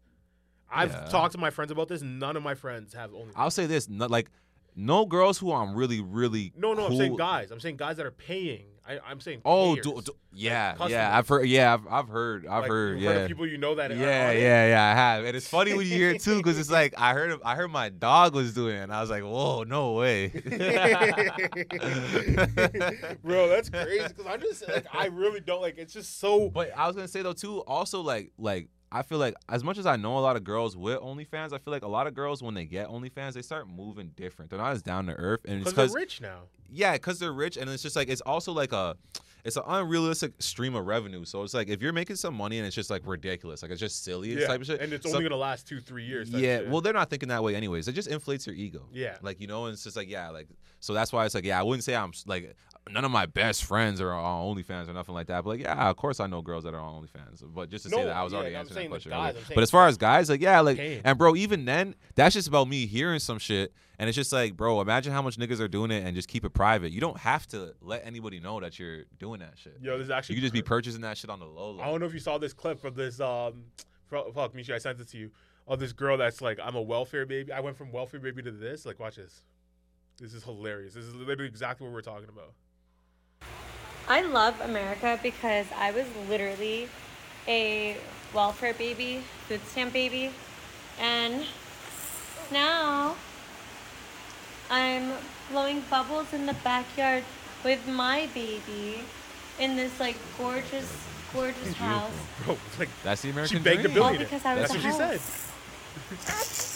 I've Yeah. talked to my friends about this. None of my friends have OnlyFans. I'll say this, not like. No girls who I'm really, really No, no, I'm saying cool- guys. I'm saying guys that are paying. I, I'm saying Oh, payers. do, do- yeah, customers. yeah. I've heard. Yeah, I've, I've heard. I've Like, heard. you've Yeah, of people you know that. are Yeah, on it. yeah, yeah. I have, and it's funny when you hear it too, because it's like I heard, I heard my dog was doing it, and I was like, "Whoa, no way!" Bro, that's crazy. Because I'm just like, I really don't like. It's just so. but I was gonna say though too, also like, like I feel like as much as I know a lot of girls with OnlyFans, I feel like a lot of girls when they get OnlyFans, they start moving different. They're not as down to earth, and it's Because they're because rich now. yeah, because they're rich, and it's just like it's also like a. It's an unrealistic stream of revenue, so it's like if you're making some money and it's just like ridiculous, like it's just silly Yeah. type of shit. And it's some- only gonna last two, three years. type Yeah, shit. well, they're not thinking that way, anyways. It just inflates your ego. Yeah. like you know, and it's just like yeah, like so that's why it's like yeah, I wouldn't say I'm like none of my best friends are on OnlyFans or nothing like that. But like yeah, of course I know girls that are on OnlyFans. But just to say No, that I was yeah, already I'm answering that saying with question. guys, earlier. I'm saying but as far as guys, like yeah, like Paying. and bro, even then, that's just about me hearing some shit, and it's just like bro, imagine how much niggas are doing it and just keep it private. You don't have to let anybody know that you're doing that shit. Yo, this is actually. you can just be purchasing that shit on the low. low. I don't know if you saw this clip of this. Um, fro- fuck, Michi, I sent it to you. Of this girl that's like, I'm a welfare baby. I went from welfare baby to this. Like, watch this. This is hilarious. This is literally exactly what we're talking about. I love America because I was literally a welfare baby, food stamp baby, and now I'm blowing bubbles in the backyard with my baby in this like gorgeous, gorgeous house. Bro, it's like That's the American she begged dream. a All billionaire. because I was That's a what she said. house.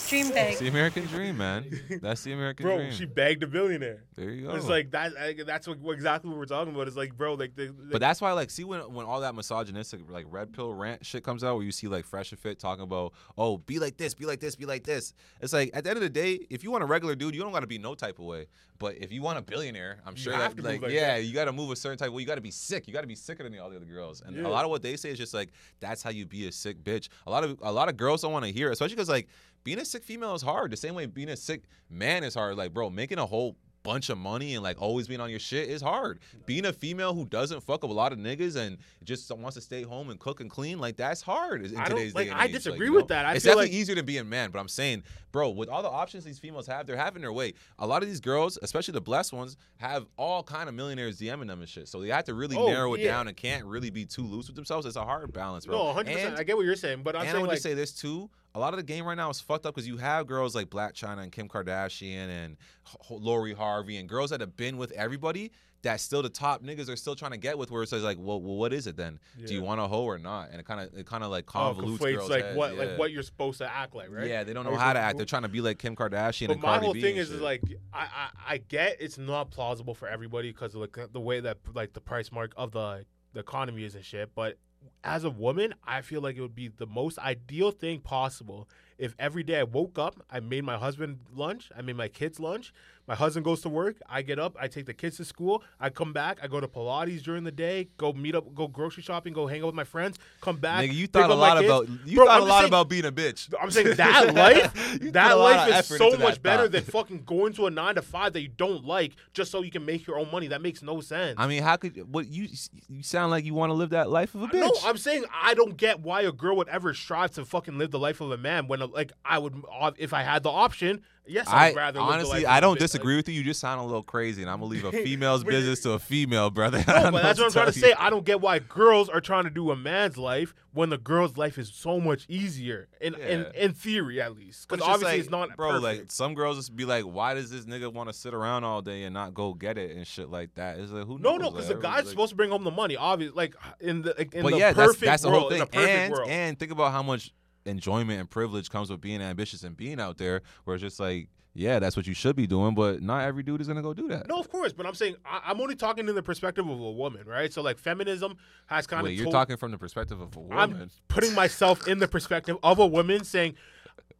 Dream It's big. the American dream, man. That's the American bro, dream. she begged a billionaire. there you go. It's like that. I, that's what, what exactly what we're talking about. It's like, bro, like, the, the- But that's why, like, see when when all that misogynistic, like, red pill rant shit comes out, where you see like Fresh and Fit talking about, oh, be like this, be like this, be like this. It's like at the end of the day, if you want a regular dude, you don't got to be no type of way. But if you want a billionaire, I'm You sure have that, to move like, like yeah, you got to move a certain type. Well, you got to be sick. You got to be sicker than the, all the other girls. And Yeah. a lot of what they say is just like that's how you be a sick bitch. A lot of a lot of girls don't want to hear, it, especially because like being a sick female is hard. The same way being a sick man is hard. Like, bro, making a whole bunch of money and like always being on your shit is hard. Being a female who doesn't fuck up a lot of niggas and just wants to stay home and cook and clean, like that's hard in I don't- today's like, day and I age. disagree you with know? that. I it's feel definitely like- easier to be a man, but I'm saying, bro, with all the options these females have, they're having their way. A lot of these girls, especially the blessed ones, have all kind of millionaires DMing them and shit. So they have to really Oh, narrow it yeah. down and can't really be too loose with themselves. It's a hard balance, bro. no, 100. And- percent I get what you're saying, but I'm and I saying would like, just say this too. A lot of the game right now is fucked up because you have girls like Black China and Kim Kardashian and H- H- Lori Harvey and girls that have been with everybody that still the top niggas are still trying to get with. Where it's like, well, well what is it then? Do you Yeah. want a hoe or not? And it kind of it kind of like oh, convolutes conflates girls. like heads, what yeah. like what you're supposed to act like, right? Yeah, they don't Or know it's how like, to act. who- They're trying to be like Kim Kardashian But and my Cardi whole B thing and is, is shit. like I, I I get it's not plausible for everybody because like the way that like the price mark of the the economy is and shit. But as a woman, I feel like it would be the most ideal thing possible if every day I woke up, I made my husband lunch, I made my kids lunch. My husband goes to work, I get up, I take the kids to school, I come back, I go to Pilates during the day, go meet up, go grocery shopping, go hang out with my friends, come back. Nigga, you pick thought a up my lot kids. about you Bro, thought I'm a just lot saying- about being a bitch. I'm saying that life, You put a that lot of life is effort so into that much better thought. than fucking going to a nine to five that you don't like just so you can make your own money. That makes no sense. I mean, how could what you you sound like you want to live that life of a bitch? no, I'm saying I don't get why a girl would ever strive to fucking live the life of a man when, like, I would if I had the option. Yes, I I'd rather live the life honestly, of I a don't bitch. disagree with you. You just sound a little crazy, and I'm gonna leave a female's But- business to a female, brother. I No, don't but know that's what I'm tell trying to you. say. I don't get why girls are trying to do a man's life when the girl's life is so much easier, in in, Yeah. in theory at least. But Because just obviously like, it's not bro. perfect. Like some girls just be like, "Why does this nigga want to sit around all day and not go get it and shit like that?" It's like, who? No, knows? no, Like, because the everyone's guy's like- supposed to bring home the money. Obviously, like in the like, in but the yeah, that's perfect that's the world, whole in thing. the perfect And world. and think about how much enjoyment and privilege comes with being ambitious and being out there. Where it's just like, yeah, that's what you should be doing, but not every dude is gonna go do that. no, of course, but I'm saying I, I'm only talking in the perspective of a woman, right? So like, feminism has kind Wait, of. you're told- talking from the perspective of a woman. I'm putting myself in the perspective of a woman saying,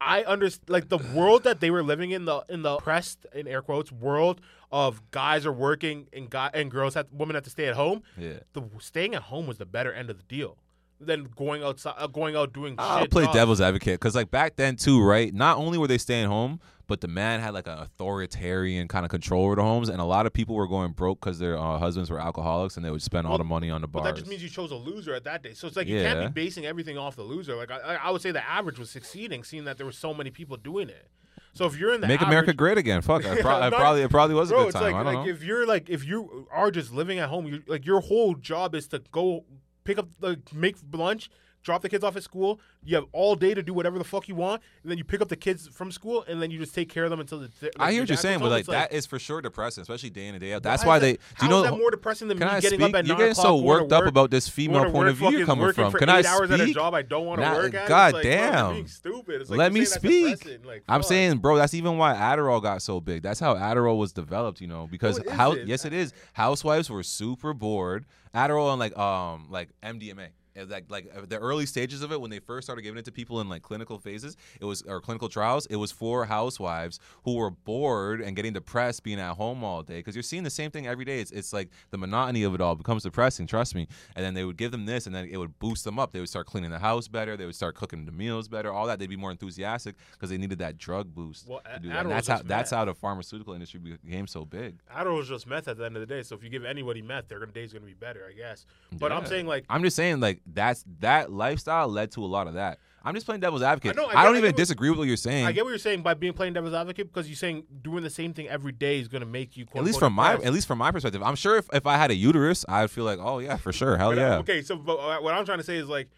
I understand like the world that they were living in the in the oppressed in air quotes world of guys are working and guy and girls have women have to stay at home. yeah. The staying at home was the better end of the deal than going outside, uh, going out doing. I'll shit play jobs. devil's advocate because, like, back then too, right? Not only were they staying home, but the man had like an authoritarian kind of control over the homes, and a lot of people were going broke because their uh, husbands were alcoholics and they would spend all Well, the money on the But bars. that just means you chose a loser at that day. So it's like you can't Yeah. be basing everything off the loser. Like I, I I would say the average was succeeding, seeing that there were so many people doing it. So if you're in the Make average- America great again. Fuck, I, pro- I No, probably it probably was a bro, good it's time. like I don't like know. if you're like if you are just living at home, you like your whole job is to go pick up the make lunch. Drop the kids off at school. You have all day to do whatever the fuck you want, and then you pick up the kids from school, and then you just take care of them until the. Like, I hear your what you're dad saying, comes but home. like It's that is for sure depressing, especially day in and day out. That's is why that- they. Do how you is know that more depressing than Can me I getting speak? up at You're nine getting o'clock? so going to worked up work? about this female going to point work of view fucking you're coming working from. for Can I eight hours at a speak? job I don't wanna Nah, work at? It's God like, bro, you're damn. being stupid. It's like, Let you're me saying speak. that's depressing. Like, I'm fuck. saying, bro, that's even why Adderall got so big. That's how Adderall was developed, you know, because No, it how isn't. yes it is. Housewives were super bored. Adderall and like um like MDMA. It was Like like uh, the early stages of it when they first started giving it to people in like clinical phases, it was or clinical trials. It was for housewives who were bored and getting depressed being at home all day because you're seeing the same thing every day. It's it's like the monotony of it all becomes depressing. Trust me. And then they would give them this, and then it would boost them up. They would start cleaning the house better. They would start cooking the meals better. All that they'd be more enthusiastic because they needed that drug boost. Well, to A- do that. And Adderall's that's how just that's meth. how the pharmaceutical industry became so big. Adderall's just meth at the end of the day. So if you give anybody meth, their day's gonna be better, I guess. But I'm Yeah. saying like I'm just saying, like that's that lifestyle led to a lot of that. I'm just playing devil's advocate. know, I don't get- I even get what- disagree with what you're saying. I get what you're saying by being playing devil's advocate because you're saying doing the same thing every day is gonna make you. at least from my at least from my perspective, I'm sure if, if I had a uterus, I'd feel like, oh yeah, for sure, hell But, uh, yeah. Okay, so but, uh, what I'm trying to say is like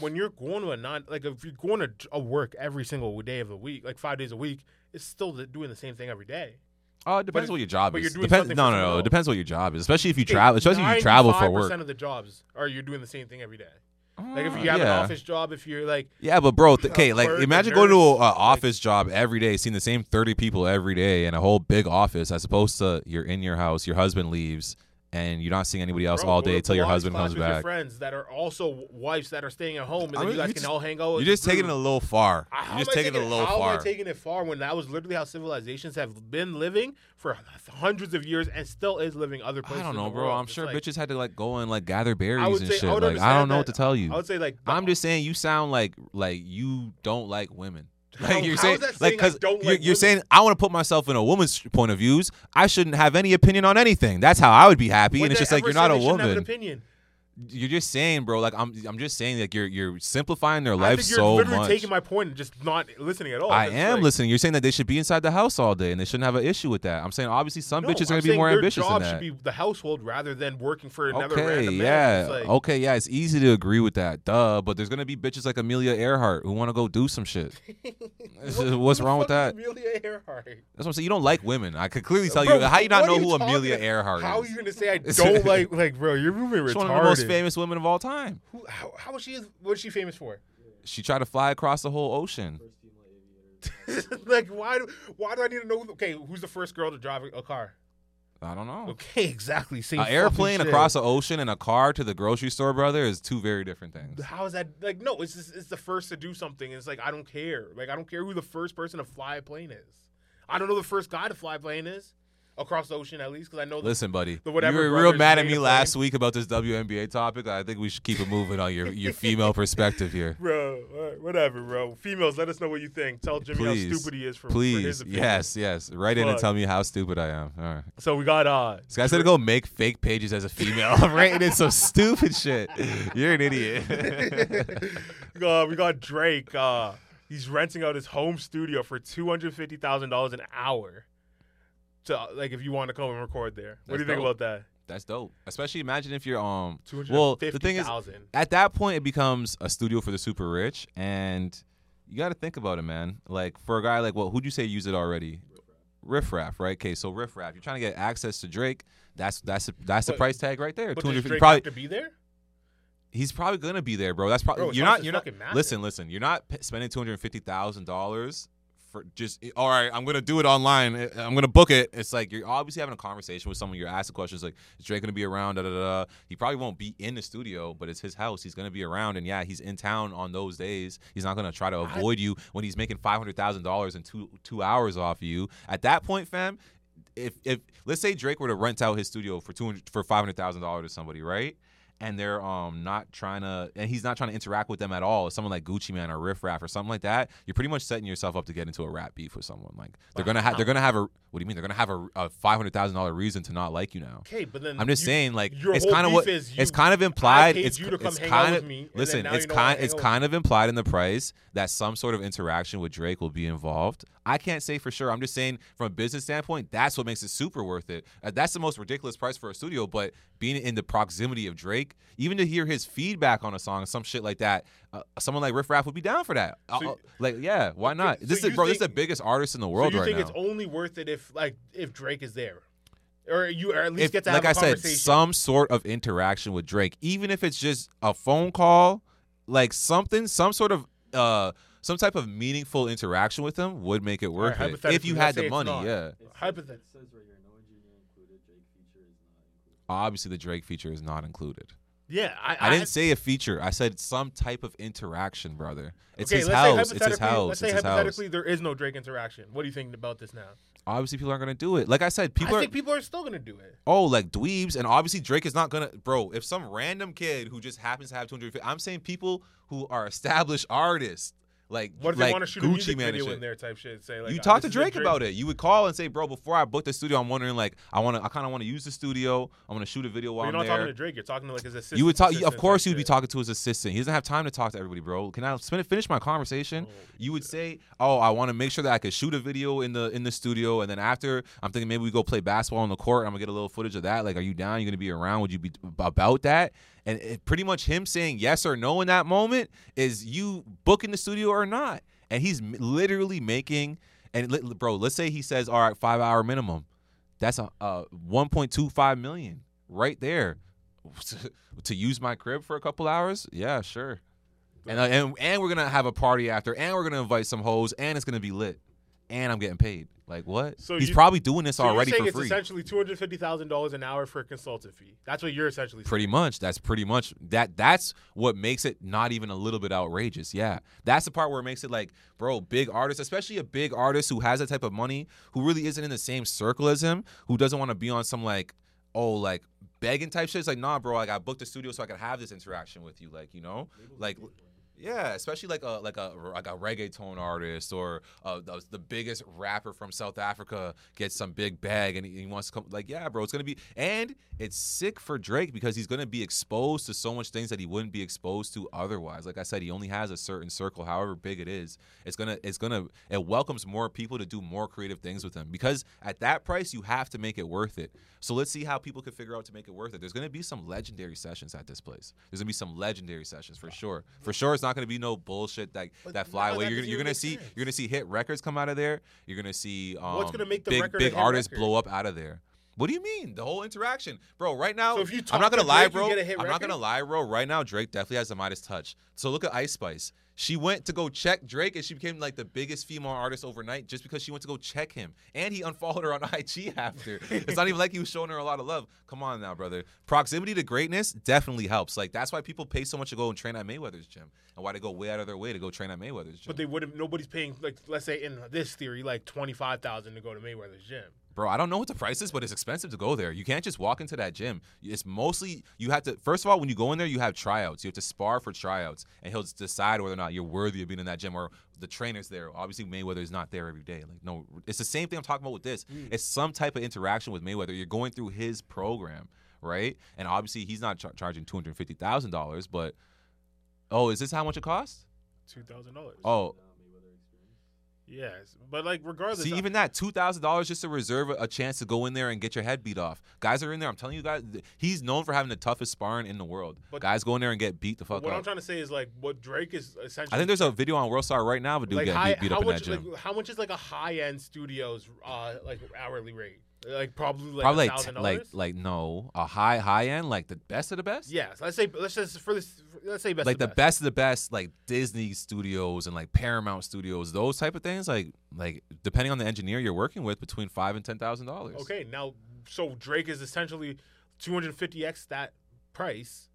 when you're going to a non like if you're going to a work every single day of the week, like five days a week, it's still the, doing the same thing every day. Oh, it depends if- what your job but is. you're doing Depends- something no, for no, someone no. It else. depends what your job is, especially if you travel, especially if you travel for work. Percent of the jobs are you're doing the same thing every day. Like if Uh, you have an yeah. office job, if you're like Yeah, but bro, th- okay, like clerk, a imagine going to an nurse, like- office job every day, seeing the same thirty people every day in a whole big office, as opposed to you're in your house, your husband leaves, and you're not seeing anybody else bro, all go to day till your Pilates husband class comes with your back. friends that are also wives that are staying at home, and I then mean, you guys you can just- all hang out. You're as a just taking it group. a little far. How You're just am Oh, I taking it a little how Am far. I taking it far when that was literally how civilizations have been living for hundreds of years and still is living other places. I don't in know, the bro. world. I'm It's sure like, bitches had to like go and like gather berries I would and say shit. I would like I understand don't know what to that. tell you. I would say like I'm just saying you sound like like you don't like women. Like you're how saying, is that like saying I because don't you're, like you're women? saying I want to put myself in a woman's point of views. I shouldn't have any opinion on anything. That's how I would be happy. Would and it's they just like ever you're say not they a shouldn't have an woman. opinion. You're just saying, bro. Like I'm, I'm just saying, like you're you're simplifying their I life think you're so literally much. taking my point and just not listening at all. I It's am like- listening. You're saying that they should be inside the house all day and they shouldn't have an issue with that. I'm saying obviously some No, bitches are I'm gonna be saying more your ambitious than job that. should be the household rather than working for another Okay, random man. yeah. It's like, okay, yeah. It's easy to agree with that. Duh. But there's gonna be bitches like Amelia Earhart who want to go do some shit. It's what- just- who what's the wrong with fuck that? is Amelia Earhart? That's what I'm saying. You don't like women. I could clearly tell you. Bro, How you not what know are who talking Amelia about? Earhart How are is? you gonna say I don't like like bro? You're moving retarded. She's one of the most famous women of all time. Who, how, how was she? What's she famous for? She tried to fly across the whole ocean. like why? Do, why do I need to know? Okay, who's the first girl to drive a, a car? I don't know. Okay, exactly. Same An fucking Oh. airplane shit. across the ocean and a car to the grocery store, brother, is two very different things. How is that like? No, it's just, it's the first to do something. It's like I don't care. Like I don't care who the first person to fly a plane is. I don't know the first guy to fly a plane is across the ocean at least because I know the Listen, buddy, The whatever you were real brothers mad at made me a last week about this WNBA topic. I think we should keep it moving on your, your female perspective here. Bro, all right, whatever, bro. Females, let us know what you think. Tell Jimmy Please, how stupid he is for, for his please, opinion. yes, yes. Write in and Fuck. tell me how stupid I am. All right. So we got uh This guy said to go make fake pages as a female. I'm writing in some stupid shit. You're an idiot. we got, we got Drake. Uh, he's renting out his home studio for two hundred fifty thousand dollars an hour. To like, if you want to come and record there, what do That's you think dope. about that? That's dope. Especially imagine if you're um Two well hundred the fifty thing is thousand. at that point it becomes a studio for the super rich and you got to think about it, man. Like for a guy like well who'd you say use it already? Riff Raff, right? Okay, so Riff Raff, you're trying to get access to Drake. That's that's that's the But- price tag right there. But Two does hundred Drake fifty. Probably have to be there? he's probably gonna be there, bro. That's probably Bro, his you're house not is you're not fucking massive. listen listen. You're not p- spending two hundred fifty thousand dollars for just eh, all right. I'm gonna do it online. I- I'm gonna book it. It's like you're obviously having a conversation with someone. You're asking questions like, is Drake gonna be around? Da da da. da. He probably won't be in the studio, but it's his house. He's gonna be around, and yeah, he's in town on those days. He's not gonna try to avoid you when he's making five hundred thousand dollars in two two hours off you. At that point, fam. If, if let's say Drake were to rent out his studio for two hundred for five hundred thousand dollars to somebody, right? and they're um not trying to and he's not trying to interact with them at all. Someone like Gucci Man or Riff Raff or something like that, you're pretty much setting yourself up to get into a rap beef with someone. Like they're gonna have they're gonna have a what do you mean? They're gonna have a, a five hundred thousand dollar reason to not like you now. Okay, but then I'm just you- saying, like your it's whole kind of beef what is you- it's kind of implied. paid it's you to come it's hang out kind with of me, and then listen. now It's you don't wanna kind hang it's out with kind of implied in the price that some sort of interaction with Drake will be involved. I can't say for sure. I'm just saying from a business standpoint, that's what makes it super worth it. Uh, that's the most ridiculous price for a studio, but being in the proximity of Drake, even to hear his feedback on a song, some shit like that, uh, someone like Riff Raff would be down for that. Uh, So- uh, like yeah, why not? so this you is bro. this is think- the biggest artist in the So world you right think now. it's only worth it if like if Drake is there, or you or at least if, get to like have a I said, conversation? some sort of interaction with Drake, even if it's just a phone call, like something, some sort of uh, some type of meaningful interaction with him would make it worth it. If hypothetically, you let's had say the it's money, not. yeah. Hypothetically. It says right here, no engineer included, Drake feature is not included. Obviously, the Drake feature is not included. Yeah, I, I, didn't say a feature. I said some type of interaction, brother. It's okay, his let's say house. It's his hypothetically- house. Let's it's say his house. hypothetically there is no Drake interaction. What do you think about this now? Obviously, people aren't gonna do it. Like I said, people I are. think people are still gonna do it. oh, like dweebs, and obviously Drake is not gonna, bro. If some random kid who just happens to have 250, I'm saying people who are established artists, like What if like they want to shoot Gucci a music Man and video shit. in there type shit? Say like you uh, talk to this is a Drake about it. You would call and say, bro, before I book the studio, I'm wondering like I want to, I kind of want to use the studio. I'm gonna shoot a video But while you're not I'm talking there. to Drake. You're talking to like his assistant. you would talk. you- Of assistant type course, you'd be shit. talking to his assistant. He doesn't have time to talk to everybody, bro. Can I fin- finish my conversation? you would say, "Oh, I want to make sure that I could shoot a video in the in the studio, and then after, I'm thinking maybe we go play basketball on the court. I'm gonna get a little footage of that. Like, are you down? You gonna be around? Would you be about that?" And it, pretty much him saying yes or no in that moment is you booking the studio or not. And he's m- literally making and li- bro, let's say he says, "All right, five hour minimum." That's a, a 1.25 million right there. to use my crib for a couple hours? Yeah, sure. And, I- and and we're gonna have a party after, and we're gonna invite some hoes, and it's gonna be lit, and I'm getting paid. Like what? So He's you- probably doing this So you're already saying for it's free. essentially two hundred fifty thousand dollars an hour for a consultant fee. That's what you're essentially. Saying. Pretty much. That's pretty much that. That's what makes it not even a little bit outrageous. Yeah, that's the part where it makes it like, bro, big artists, especially a big artist who has that type of money, who really isn't in the same circle as him, who doesn't want to be on some like, oh, like begging type shit. It's like, nah, bro, like I booked a studio so I could have this interaction with you, like you know, like. Yeah, especially like a like a like a reggaeton artist or uh, the, the biggest rapper from South Africa gets some big bag and he, he wants to come. Like, yeah, bro, it's gonna be and it's sick for Drake because he's gonna be exposed to so much things that he wouldn't be exposed to otherwise. Like I said, he only has a certain circle, however big it is. It's gonna it's gonna it welcomes more people to do more creative things with him because at that price you have to make it worth it. So let's see how people can figure out to make it worth it. There's gonna be some legendary sessions at this place. There's gonna be some legendary sessions for sure. For sure, it's not gonna be no bullshit like But that no, fly that away. You're, gonna- doesn't you're even gonna make see sense. you're gonna see hit records come out of there. You're gonna see um, What's gonna make the big record a big hit artists record? blow up out of there. What do you mean? The whole interaction, bro. Right now, So if you I'm not talk to gonna lie, Drake, you bro. get a hit I'm not gonna record? lie, bro. Right now, Drake definitely has the Midas touch. So look at Ice Spice. She went to go check Drake, and she became like the biggest female artist overnight just because she went to go check him. And he unfollowed her on IG after. it's not even like he was showing her a lot of love. Come on now, brother. Proximity to greatness definitely helps. Like that's why people pay so much to go and train at Mayweather's gym, and why they go way out of their way to go train at Mayweather's gym. But they wouldn't. Nobody's paying like let's say in this theory like twenty five thousand to go to Mayweather's gym. bro i don't know what the price is but it's expensive to go there you can't just walk into that gym it's mostly you have to first of all when you go in there you have tryouts you have to spar for tryouts and he'll decide whether or not you're worthy of being in that gym or the trainer's there obviously mayweather's not there every day like no it's the same thing i'm talking about with this it's some type of interaction with mayweather you're going through his program right and obviously he's not char- charging $250000 but oh is this how much it costs Two thousand dollars. oh Yes, but like regardless, uh, See, I- even that two thousand dollars just to reserve a, a chance to go in there and get your head beat off. Guys are in there. I'm telling you guys, th- he's known for having the toughest sparring in the world. But- guys go in there and get beat the but fuck what I'm up. trying to say is like what Drake is essentially. I think there's a video on World Star right now of a dude like getting high, beat, beat how up in that much gym. like how much is like a high end studio's uh like hourly rate? Like probably like Probably like, thousand t- like dollars. like no a high high end like the best of the best. Yes, let's say let's just for this let's say best like of the best. of the best, like Disney Studios and like Paramount Studios, those type of things. Like like depending on the engineer you're working with, between five and ten thousand dollars. Okay, now so Drake is essentially 250x that price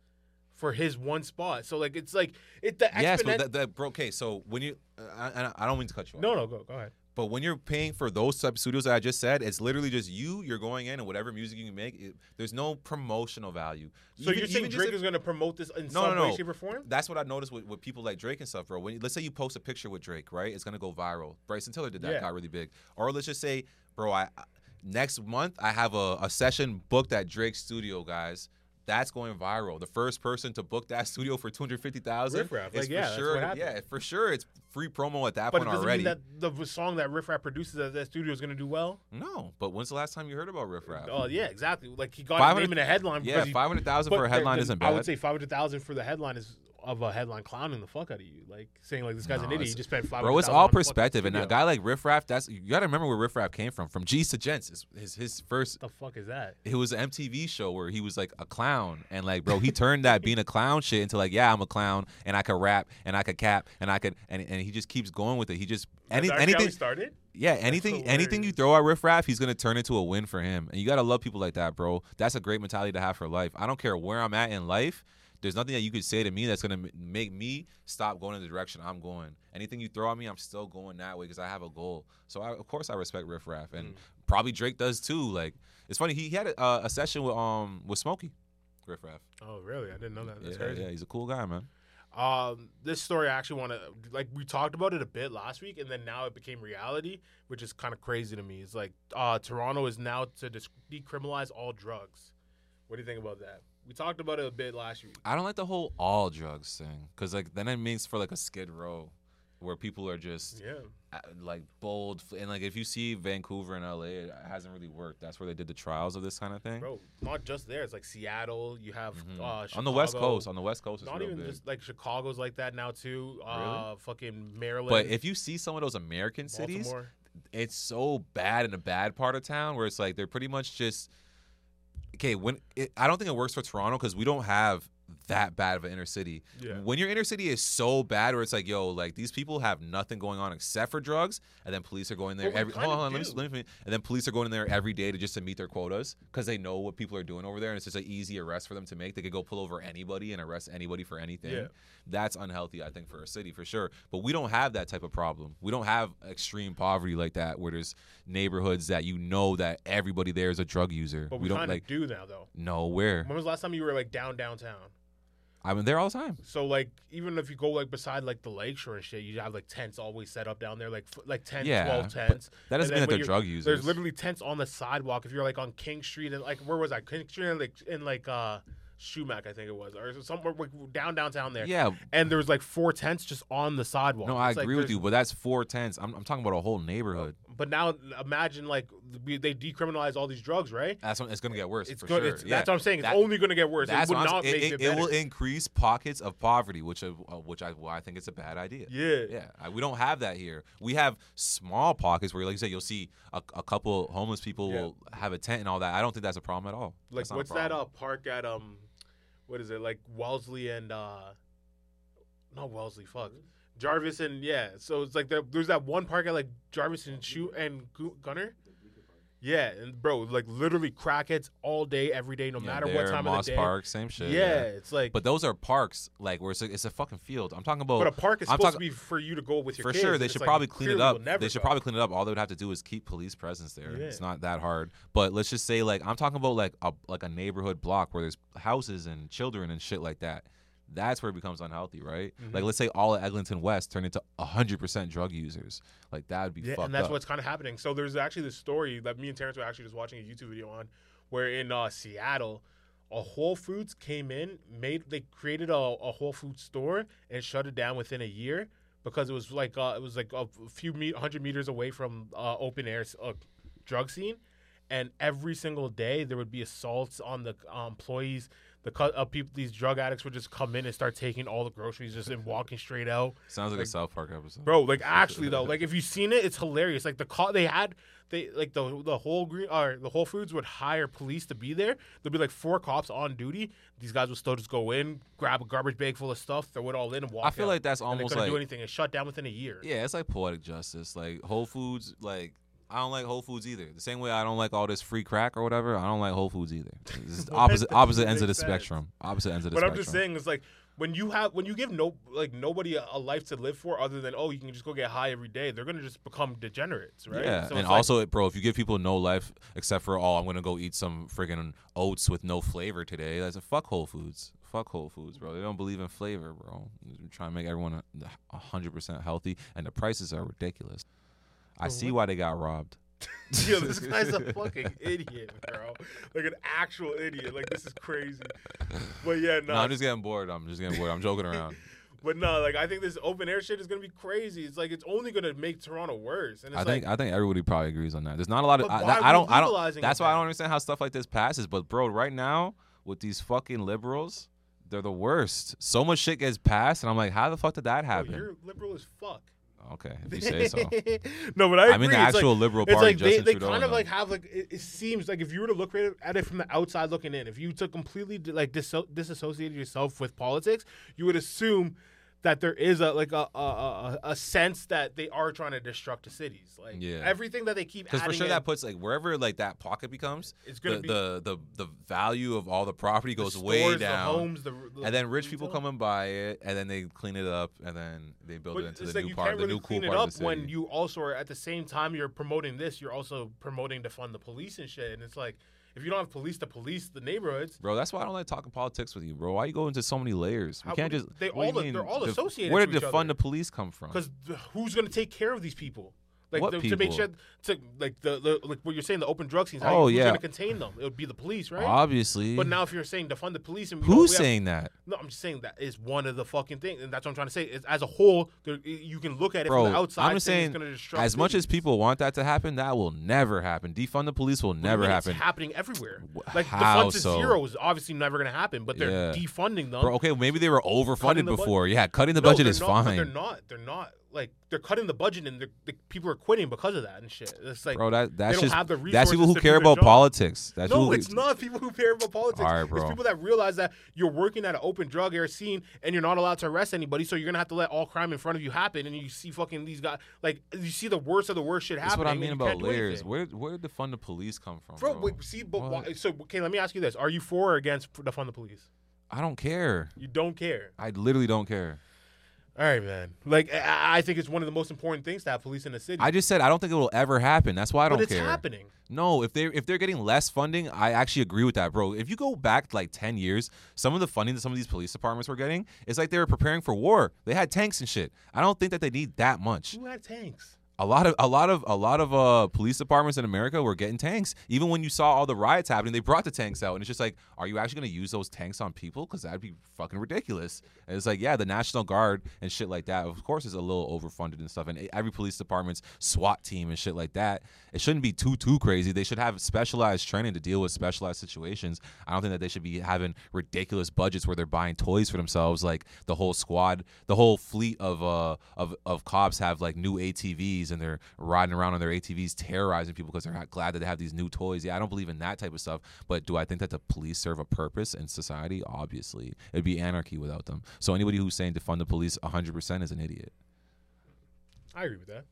for his one spot. So like it's like it the Yes, exponent- but that, that bro. Okay, so when you, I, I, I don't mean to cut you off. no, no, go go ahead. But when you're paying for those type of studios that I just said, it's literally just you. You're going in and whatever music you make. It, there's no promotional value. So Even- you're saying even just Drake if- is going to promote this in No, some no, way, no. shape, or form? That's what I noticed with, with people like Drake and stuff, bro. When you- let's say you post a picture with Drake, right? It's gonna go viral. Bryson Tiller did that, Yeah. got really big. Or let's just say, bro, I I- next month I have a, a session booked at Drake's studio, guys. That's going viral. The first person to book that studio for two hundred fifty thousand Riff Raff, like, for yeah, that's sure. what happened. yeah, for sure. It's free promo at that But it point doesn't already. mean that the song that Riff Raff produces at that studio is going to do well. No, but when's the last time you heard about Riff Raff? Oh yeah, exactly. Like he got a 500 name in a headline. Yeah, because he- five hundred thousand for but a headline the- isn't I bad. would say five hundred thousand for the headline is of a headline clowning the fuck out of you, like saying like this guy's No, an idiot. it's- He just spent five. Bro, it's all perspective, and a guy like Riff Raff, that's you gotta remember where Riff Raff came from. From G's to Gents, It's his his first. the fuck is that? It was an MTV show where he was like a clown, and like, bro, he turned that being a clown shit into like, yeah, I'm a clown, and I could rap, and I could cap, and I could, and, and he just keeps going with it. He just any, That's actually how anything, he started. yeah, anything, anything you hilarious. throw at Riff Raff, he's gonna turn into a win for him, and you gotta love people like that, bro. That's a great mentality to have for life. I don't care where I'm at in life. There's nothing that you could say to me that's gonna m- make me stop going in the direction I'm going. Anything you throw at me, I'm still going that way because I have a goal. So I, of course I respect Riff Raff, Mm. and probably Drake does too. Like it's funny, he, he had a, uh, a session with um with Smokey, Riff Raff. Oh really? I didn't know that. That's Yeah, crazy. yeah, he's a cool guy, man. Um, this story I actually want to like we talked about it a bit last week, and then now it became reality, which is kind of crazy to me. It's like uh, Toronto is now to dis- decriminalize all drugs. What do you think about that? We talked about it a bit last week. I don't like the whole all drugs thing because like then it means for like a skid row where people are just Yeah, uh, like bold f- and like if you see Vancouver and LA, it hasn't really worked. That's where they did the trials of this kind of thing. bro. Not just there. It's like Seattle. You have Mhm. uh, on the West Chicago. Coast, on the West Coast, it's Not real even big. just like Chicago's like that now too. Uh, fucking Maryland. but if you see some of those American cities, Baltimore. it's so bad in a bad part of town where it's like they're pretty much just okay when it, I don't think it works for Toronto because we don't have that bad of an inner city. Yeah. When your inner city is so bad where it's like, yo, like these people have nothing going on except for drugs, and then police are going there Well, we every. kinda Hold on, let me, do. let me finish. and then police are going in there every day to just to meet their quotas because they know what people are doing over there, and it's just an easy arrest for them to make. They could go pull over anybody and arrest anybody for anything. Yeah. That's unhealthy, I think, for a city for sure. But we don't have that type of problem. We don't have extreme poverty like that where there's neighborhoods that you know that everybody there is a drug user. But we we, don't kind of like do now though. no where. When was the last time you were like down downtown? I'm there all the time. So like even if you go like beside like the lakeshore and shit, you have like tents always set up down there, like f- like 10, Yeah, 12 but tents. that doesn't mean And then that when they're you're- drug users. There's literally tents on the sidewalk. If you're like on King Street and like where was I? King Street and like in like uh Shumack, I think it was, or somewhere like, down downtown there. Yeah. And there was like four tents just on the sidewalk. No, I It's like agree with there's- you, but that's four tens. I'm, I'm talking about a whole neighborhood. But now imagine like we- they decriminalize all these drugs, right? That's what, it's gonna get worse. It's for good. Sure. It's, yeah. That's what I'm saying. It's That- only going to get worse. It That's would what I'm- not it, make it, it- it better. will increase pockets of poverty, which I- uh, which I why I think it's a bad idea. yeah. Yeah, I, we don't have that here. We have small pockets where, like you said, you'll see a, a couple homeless people Yeah. will have a tent and all that. I don't think that's a problem at all. Like That's not a what's that problem. uh park at um what is it? Like Wellesley and uh not Wellesley, fuck. Jarvis and yeah. So it's like there, there's that one park at like Jarvis and Shoot and Gu- Gunner. Yeah, and bro, like literally crackheads all day, every day, no Yeah, matter there, what time of Moss the day. Park, same shit. yeah, it's like but those are parks, like where it's a, it's a fucking field. I'm talking about. but a park is I'm supposed talking- to be for you to go with your for kids, sure and they it's should like, probably clean it clearly up will never they should go. probably clean it up all they would have to do is keep police presence there Yeah. it's not that hard but let's just say like i'm talking about like a like a neighborhood block where there's houses and children and shit like that that's where it becomes unhealthy right Mm-hmm. like let's say all of eglinton west turned into 100% drug users like that would be Yeah, fucked and that's up. what's kind of happening. So there's actually this story that me and Terrence were actually just watching a YouTube video on, where in uh, Seattle, a Whole Foods came in, made they created a, a Whole Foods store and shut it down within a year because it was like uh, it was like a few me- hundred meters away from uh, open air s- uh, drug scene, and every single day there would be assaults on the uh, employees. The cu- uh, people, these drug addicts would just come in and start taking all the groceries, just and walking straight out sounds like, a south park episode bro. Like actually though, like if you've seen it, it's hilarious. Like the call they had, they like the the whole green or the Whole Foods would hire police to be there. There'd be like four cops on duty. These guys would still just go in, grab a garbage bag full of stuff, throw it all in, and walk. i feel out. like that's and they almost couldn't like do anything. It shut down within a year. yeah it's like poetic justice like whole foods like I don't like Whole Foods either. The same way I don't like all this free crack or whatever. I don't like Whole Foods either. It's just opposite doesn't opposite ends of make the sense. spectrum. Opposite ends of the But I'm spectrum. just saying, it's like when you have when you give no like nobody a, a life to live for other than oh you can just go get high every day, they're gonna just become degenerates, right? Yeah, So and it's like- also, bro, if you give people no life except for oh, I'm gonna go eat some friggin' oats with no flavor today, that's a fuck Whole Foods. Fuck Whole Foods, bro. They don't believe in flavor, bro. They're trying to make everyone a hundred percent healthy, and the prices are ridiculous. I see why they got robbed. Yo, this guy's a fucking idiot, bro. Like an actual idiot. Like this is crazy. But yeah, no. No, I'm just getting bored. I'm just getting bored. I'm joking around. but no, like I think this open air shit is gonna be crazy. It's like it's only gonna make Toronto worse. And it's I think like I think everybody probably agrees on that. There's not a lot of But I, why that- are I we don't I don't. legalizing That's it why I then? don't understand how stuff like this passes. But bro, right now with these fucking liberals, they're the worst. So much shit gets passed, and I'm like, how the fuck did that yo, happen? you're liberal as fuck. Okay, if you say so. no, but I agree. I mean, the It's like- actual Liberal It's Party, like they, Justin they Trudeau kind and of like them. have like it, it seems like if you were to look at it from the outside looking in, if you took completely like disso- disassociated yourself with politics, you would assume that there is a like a a, a, a sense that they are trying to destruct the cities. Like Yeah. everything that they keep Because for adding sure in- that puts like wherever like that pocket becomes, It's gonna the, be- the the the value of all the property the goes stores, way the down. homes, the, the and then rich people retail. come and buy it, and then they clean it up, and then they build But it into it's the like new you part, can't the really new cool clean part it of up the city. when you also are at the same time you're promoting this, you're also promoting to fund the police and shit. And it's like if you don't have police to police the neighborhoods, Bro, that's why I don't like talking politics with you, bro. Why you go into so many layers? We How- can't what just. do- they what do you all- mean, they're all def- associated Where to did each the fund other. the police come from? because who's going to take care of these people? Like What the, to make sure people? to like the, the like what you're saying the open drug scenes. How, Oh, who's yeah. going to contain them? It would be the police, right? Obviously. But now if you're saying defund the police and we don't- who's we have- saying that, no, I'm just saying that is one of the fucking things, and that's what I'm trying to say. Is as a whole, there, you can look at it bro? from the outside. I'm just saying, saying, it's gonna destruct as much cities. as people want that to happen, that will never happen. Defund the police will What do you never mean happen. It's happening everywhere. Wh- Like how the funds so? to zero is obviously never going to happen, but they're Yeah. defunding them. Bro, okay, maybe they were overfunded the bu- before. yeah, cutting the No, budget they're is not, but fine. They're not. They're not. like they're cutting the budget and they're- the people are quitting because of that and shit. It's like bro. That they that's don't just have the that's people resources who to care do their about job. politics. That's no, who, it's not people who care about politics. All right, bro. It's people that realize that you're working at an open drug air scene and you're not allowed to arrest anybody, so you're gonna have to let all crime in front of you happen. And you see fucking these guys, like you see the worst of the worst shit That's happening. what I and mean you about can't do layers. anything. Where where did the fund of police come from, Bro, bro? wait, see, but What? why, so okay, let me ask you this: Are you for or against defund the police? I don't care. You don't care. I literally don't care. All right, man. Like I, I think it's one of the most important things to have police in the city. I just said I don't think it will ever happen. That's why I don't but it's care. happening. No, if they if they're getting less funding, I actually agree with that, bro. If you go back like ten years, some of the funding that some of these police departments were getting, it's like they were preparing for war. They had tanks and shit. I don't think that they need that much. Who had tanks? A lot of a lot of a lot of uh, police departments in America were getting tanks. Even when you saw all the riots happening, they brought the tanks out, and it's just like, are you actually going to use those tanks on people? Because that'd be fucking ridiculous. And it's like, yeah, the National Guard and shit like that, of course, is a little overfunded and stuff. And every police department's SWAT team and shit like that, it shouldn't be too too crazy. They should have specialized training to deal with specialized situations. I don't think that they should be having ridiculous budgets where they're buying toys for themselves. Like the whole squad, the whole fleet of uh of of cops have like new ATVs and they're riding around on their ATVs terrorizing people because they're not glad that they have these new toys. Yeah, I don't believe in that type of stuff. But do I think that the police serve a purpose in society? Obviously, it'd be anarchy without them. So anybody who's saying defund the police 100 percent is an idiot. I agree with that.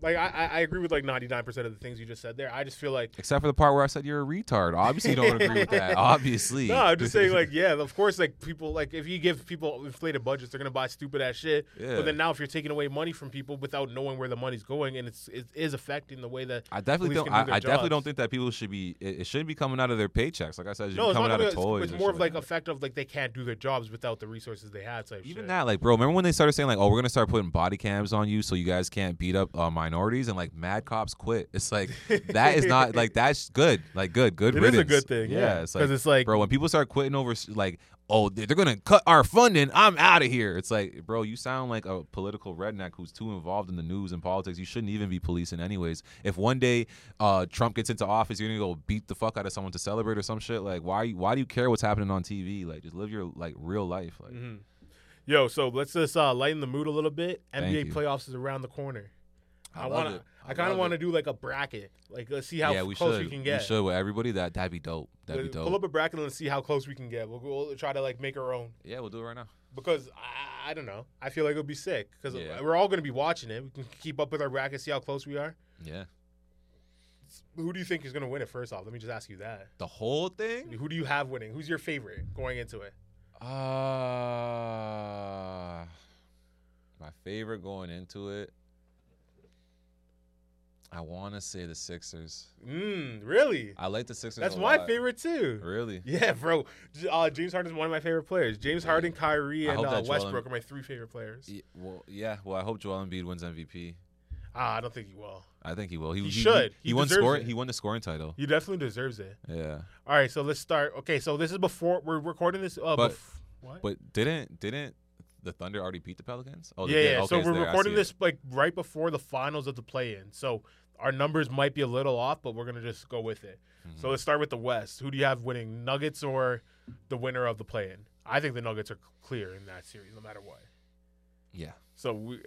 Like I, I- I agree with like ninety nine percent of the things you just said there. I just feel like Except for the part where I said you're a retard. Obviously, you don't agree with that. Obviously. No, I'm just saying, like, yeah, of course, like people, like if you give people inflated budgets, they're gonna buy stupid ass shit. Yeah. But then now, if you're taking away money from people without knowing where the money's going, and it's it is affecting the way that I definitely police don't. can do I, their I definitely don't jobs. think that people should be. It, it shouldn't be coming out of their paychecks. Like I said, it should No, be it's not coming out gonna. of It's, toys. it's or more shit of like that. effect of like they can't do their jobs without the resources they had. Type Even shit. that, like, bro, remember when they started saying, like, oh, we're going to start putting body cams on you so you guys can't beat up uh, minorities and, like, mad cops quit? It's like, that is not, like, that's good. Like, good, good It is a riddance. good thing, yeah. It's 'Cause like, it's like- bro, when people start quitting over, s- like, oh, they're going to cut our funding, I'm out of here. It's like, bro, you sound like a political redneck who's too involved in the news and politics. You shouldn't even be policing, anyways. If one day uh, Trump gets into office, you're going to go beat the fuck out of someone to celebrate or some shit. Like, why, why do you care what's happening on TV? Like, just live your, like, real life. Like, Yo, so let's just uh, lighten the mood a little bit. Thank NBA you. playoffs is around the corner. I love wanna. it. I I kind of love want to it. do like a bracket. Like, let's see how yeah, we close should. we can get. We should with everybody. That that'd be dope. That'd be Uh, dope. Pull up a bracket and let's see how close we can get. We'll, we'll try to like make our own. yeah, we'll do it right now. because I, I don't know. I feel like it'll be sick because Yeah. we're all going to be watching it. We can keep up with our bracket, see how close we are. Yeah, Who do you think is going to win it first off? Let me just ask you that. the whole thing. Who do you have winning? Who's your favorite going into it? Uh my favorite going into it. I want to say the Sixers. Mm, really? I like the Sixers. That's a my lot. favorite too. Really? Yeah, bro. J- Uh, James Harden's one of my favorite players. James Harden, Kyrie, I and hope uh, that Joel Westbrook Embiid- are my three favorite players. Yeah, well, yeah. Well, I hope Joel Embiid wins MVP. Ah, I don't think he will. I think he will. He, He should. He, He won deserves scoring. it. He won the scoring title. He definitely deserves it. Yeah. All right, so let's start. Okay, so this is before we're recording this. Uh, But- bef- what? But didn't didn't the Thunder already beat the Pelicans? Oh, they yeah, did. yeah. Okay, so it's we're there. I recording see it. this like right before the finals of the play-in. So our numbers might be a little off, but we're gonna just go with it. Mm-hmm. So let's start with the West. Who do you have winning, Nuggets or the winner of the play-in? I think the Nuggets are clear in that series, no matter what. Yeah. So we,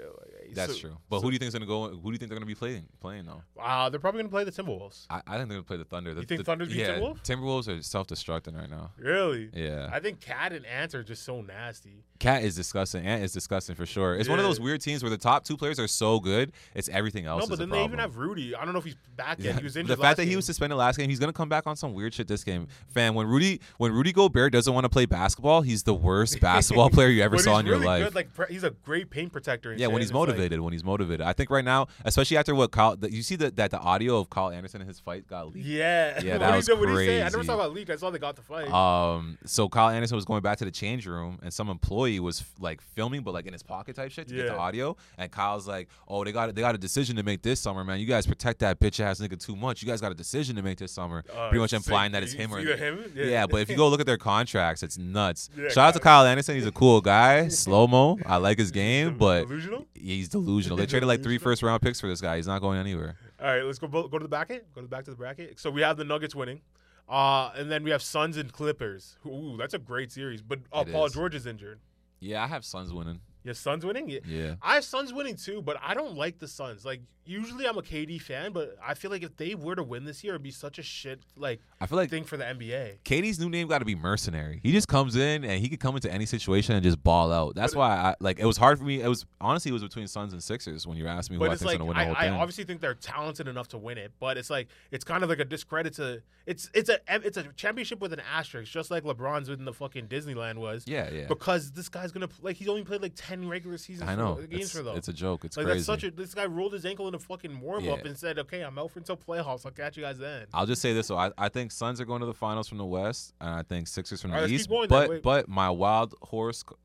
That's true. But who do you think's gonna go? Who do you think they're gonna be playing? Playing though, Uh, they're probably gonna play the Timberwolves. I, I think they're gonna play the Thunder. The, You think the- Thunder beat yeah, Timberwolves? are self-destructing right now. Really? Yeah, I think Cat and Ant are just so nasty. Cat is disgusting. Ant is disgusting for sure. It's one of Yeah. those weird teams where the top two players are so good, it's everything else. No, but is a then they even problem. have Rudy. I don't know if he's back yet. Yeah. He was The injured. fact last that he game. was suspended last game, he's gonna come back on some weird shit this game. Fam, when Rudy when Rudy Gobert doesn't want to play basketball, he's the worst basketball player you ever But saw he's in your really life. Good. Like pre- he's a great paint protector. And Yeah, shit, when and he's it's like- motivated, when he's motivated. I think right now, especially after what Kyle, the, you see that that the audio of Kyle Anderson and his fight got leaked. Yeah. Yeah, that What do you- was what do you say? I never crazy. saw about leak. I saw they got the fight. Um, so Kyle Anderson was going back to the change room, and some employee was like filming, but like in his pocket type shit to get the Yeah. audio. And Kyle's like, "Oh, they got they got a decision to make this summer, man. You guys protect that bitch ass nigga too much. You guys got a decision to make this summer." Uh, Pretty much it's implying sick. that it's You- him or you got him? Yeah. but if you go look at their contracts, it's nuts. Yeah, Shout out to Kyle Anderson. He's a cool guy. Slow mo. I like his game, but Delusional? he's delusional. They traded like three first round picks for this guy. He's not going anywhere. All right, let's go bo- go to the bracket. Go to back to the bracket. So we have the Nuggets winning, uh, and then we have Suns and Clippers. Ooh, that's a great series. But uh, It Paul is. George is injured. Yeah, I have Suns winning. Your son's winning? Yeah. Yeah. I have Suns winning too, but I don't like the Suns. Like usually I'm a KD fan, but I feel like if they were to win this year, it'd be such a shit like I feel like thing for the NBA. Katie's new name got to be Mercenary. He just comes in and he could come into any situation and just ball out. That's why I like it was hard for me. It was honestly it was between Suns and Sixers when you asked me who But I it's think's like gonna win the I, whole I thing. obviously think they're talented enough to win it, but it's like it's kind of like a discredit to it's it's a it's a championship with an asterisk, just like LeBron's in the fucking Disneyland was. yeah, yeah. Because this guy's gonna pl- like he's only played like ten regular season I know. games It's, for them. it's a joke. It's like crazy. that's such a this guy rolled his ankle in a fucking warm up Yeah. and said, "Okay, I'm out for until playoffs. I'll catch you guys then." I'll just say this: so I, I think Suns are going to the finals from the West, and I think Sixers from All right, the let's East. keep going then, but wait. but my wild horse c-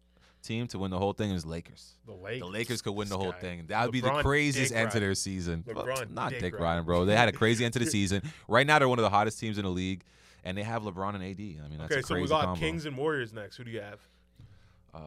team to win the whole thing is Lakers. The Lakers. The Lakers could win This the whole guy. thing. That would be the LeBron craziest dick end to riding. their season. But LeBron not dick dick riding. riding, bro. They had a crazy end to the season. Right now, they're one of the hottest teams in the league, and they have LeBron and AD. I mean, that's Okay, a so crazy we got combo. Kings and Warriors next. Who do you have? Uh,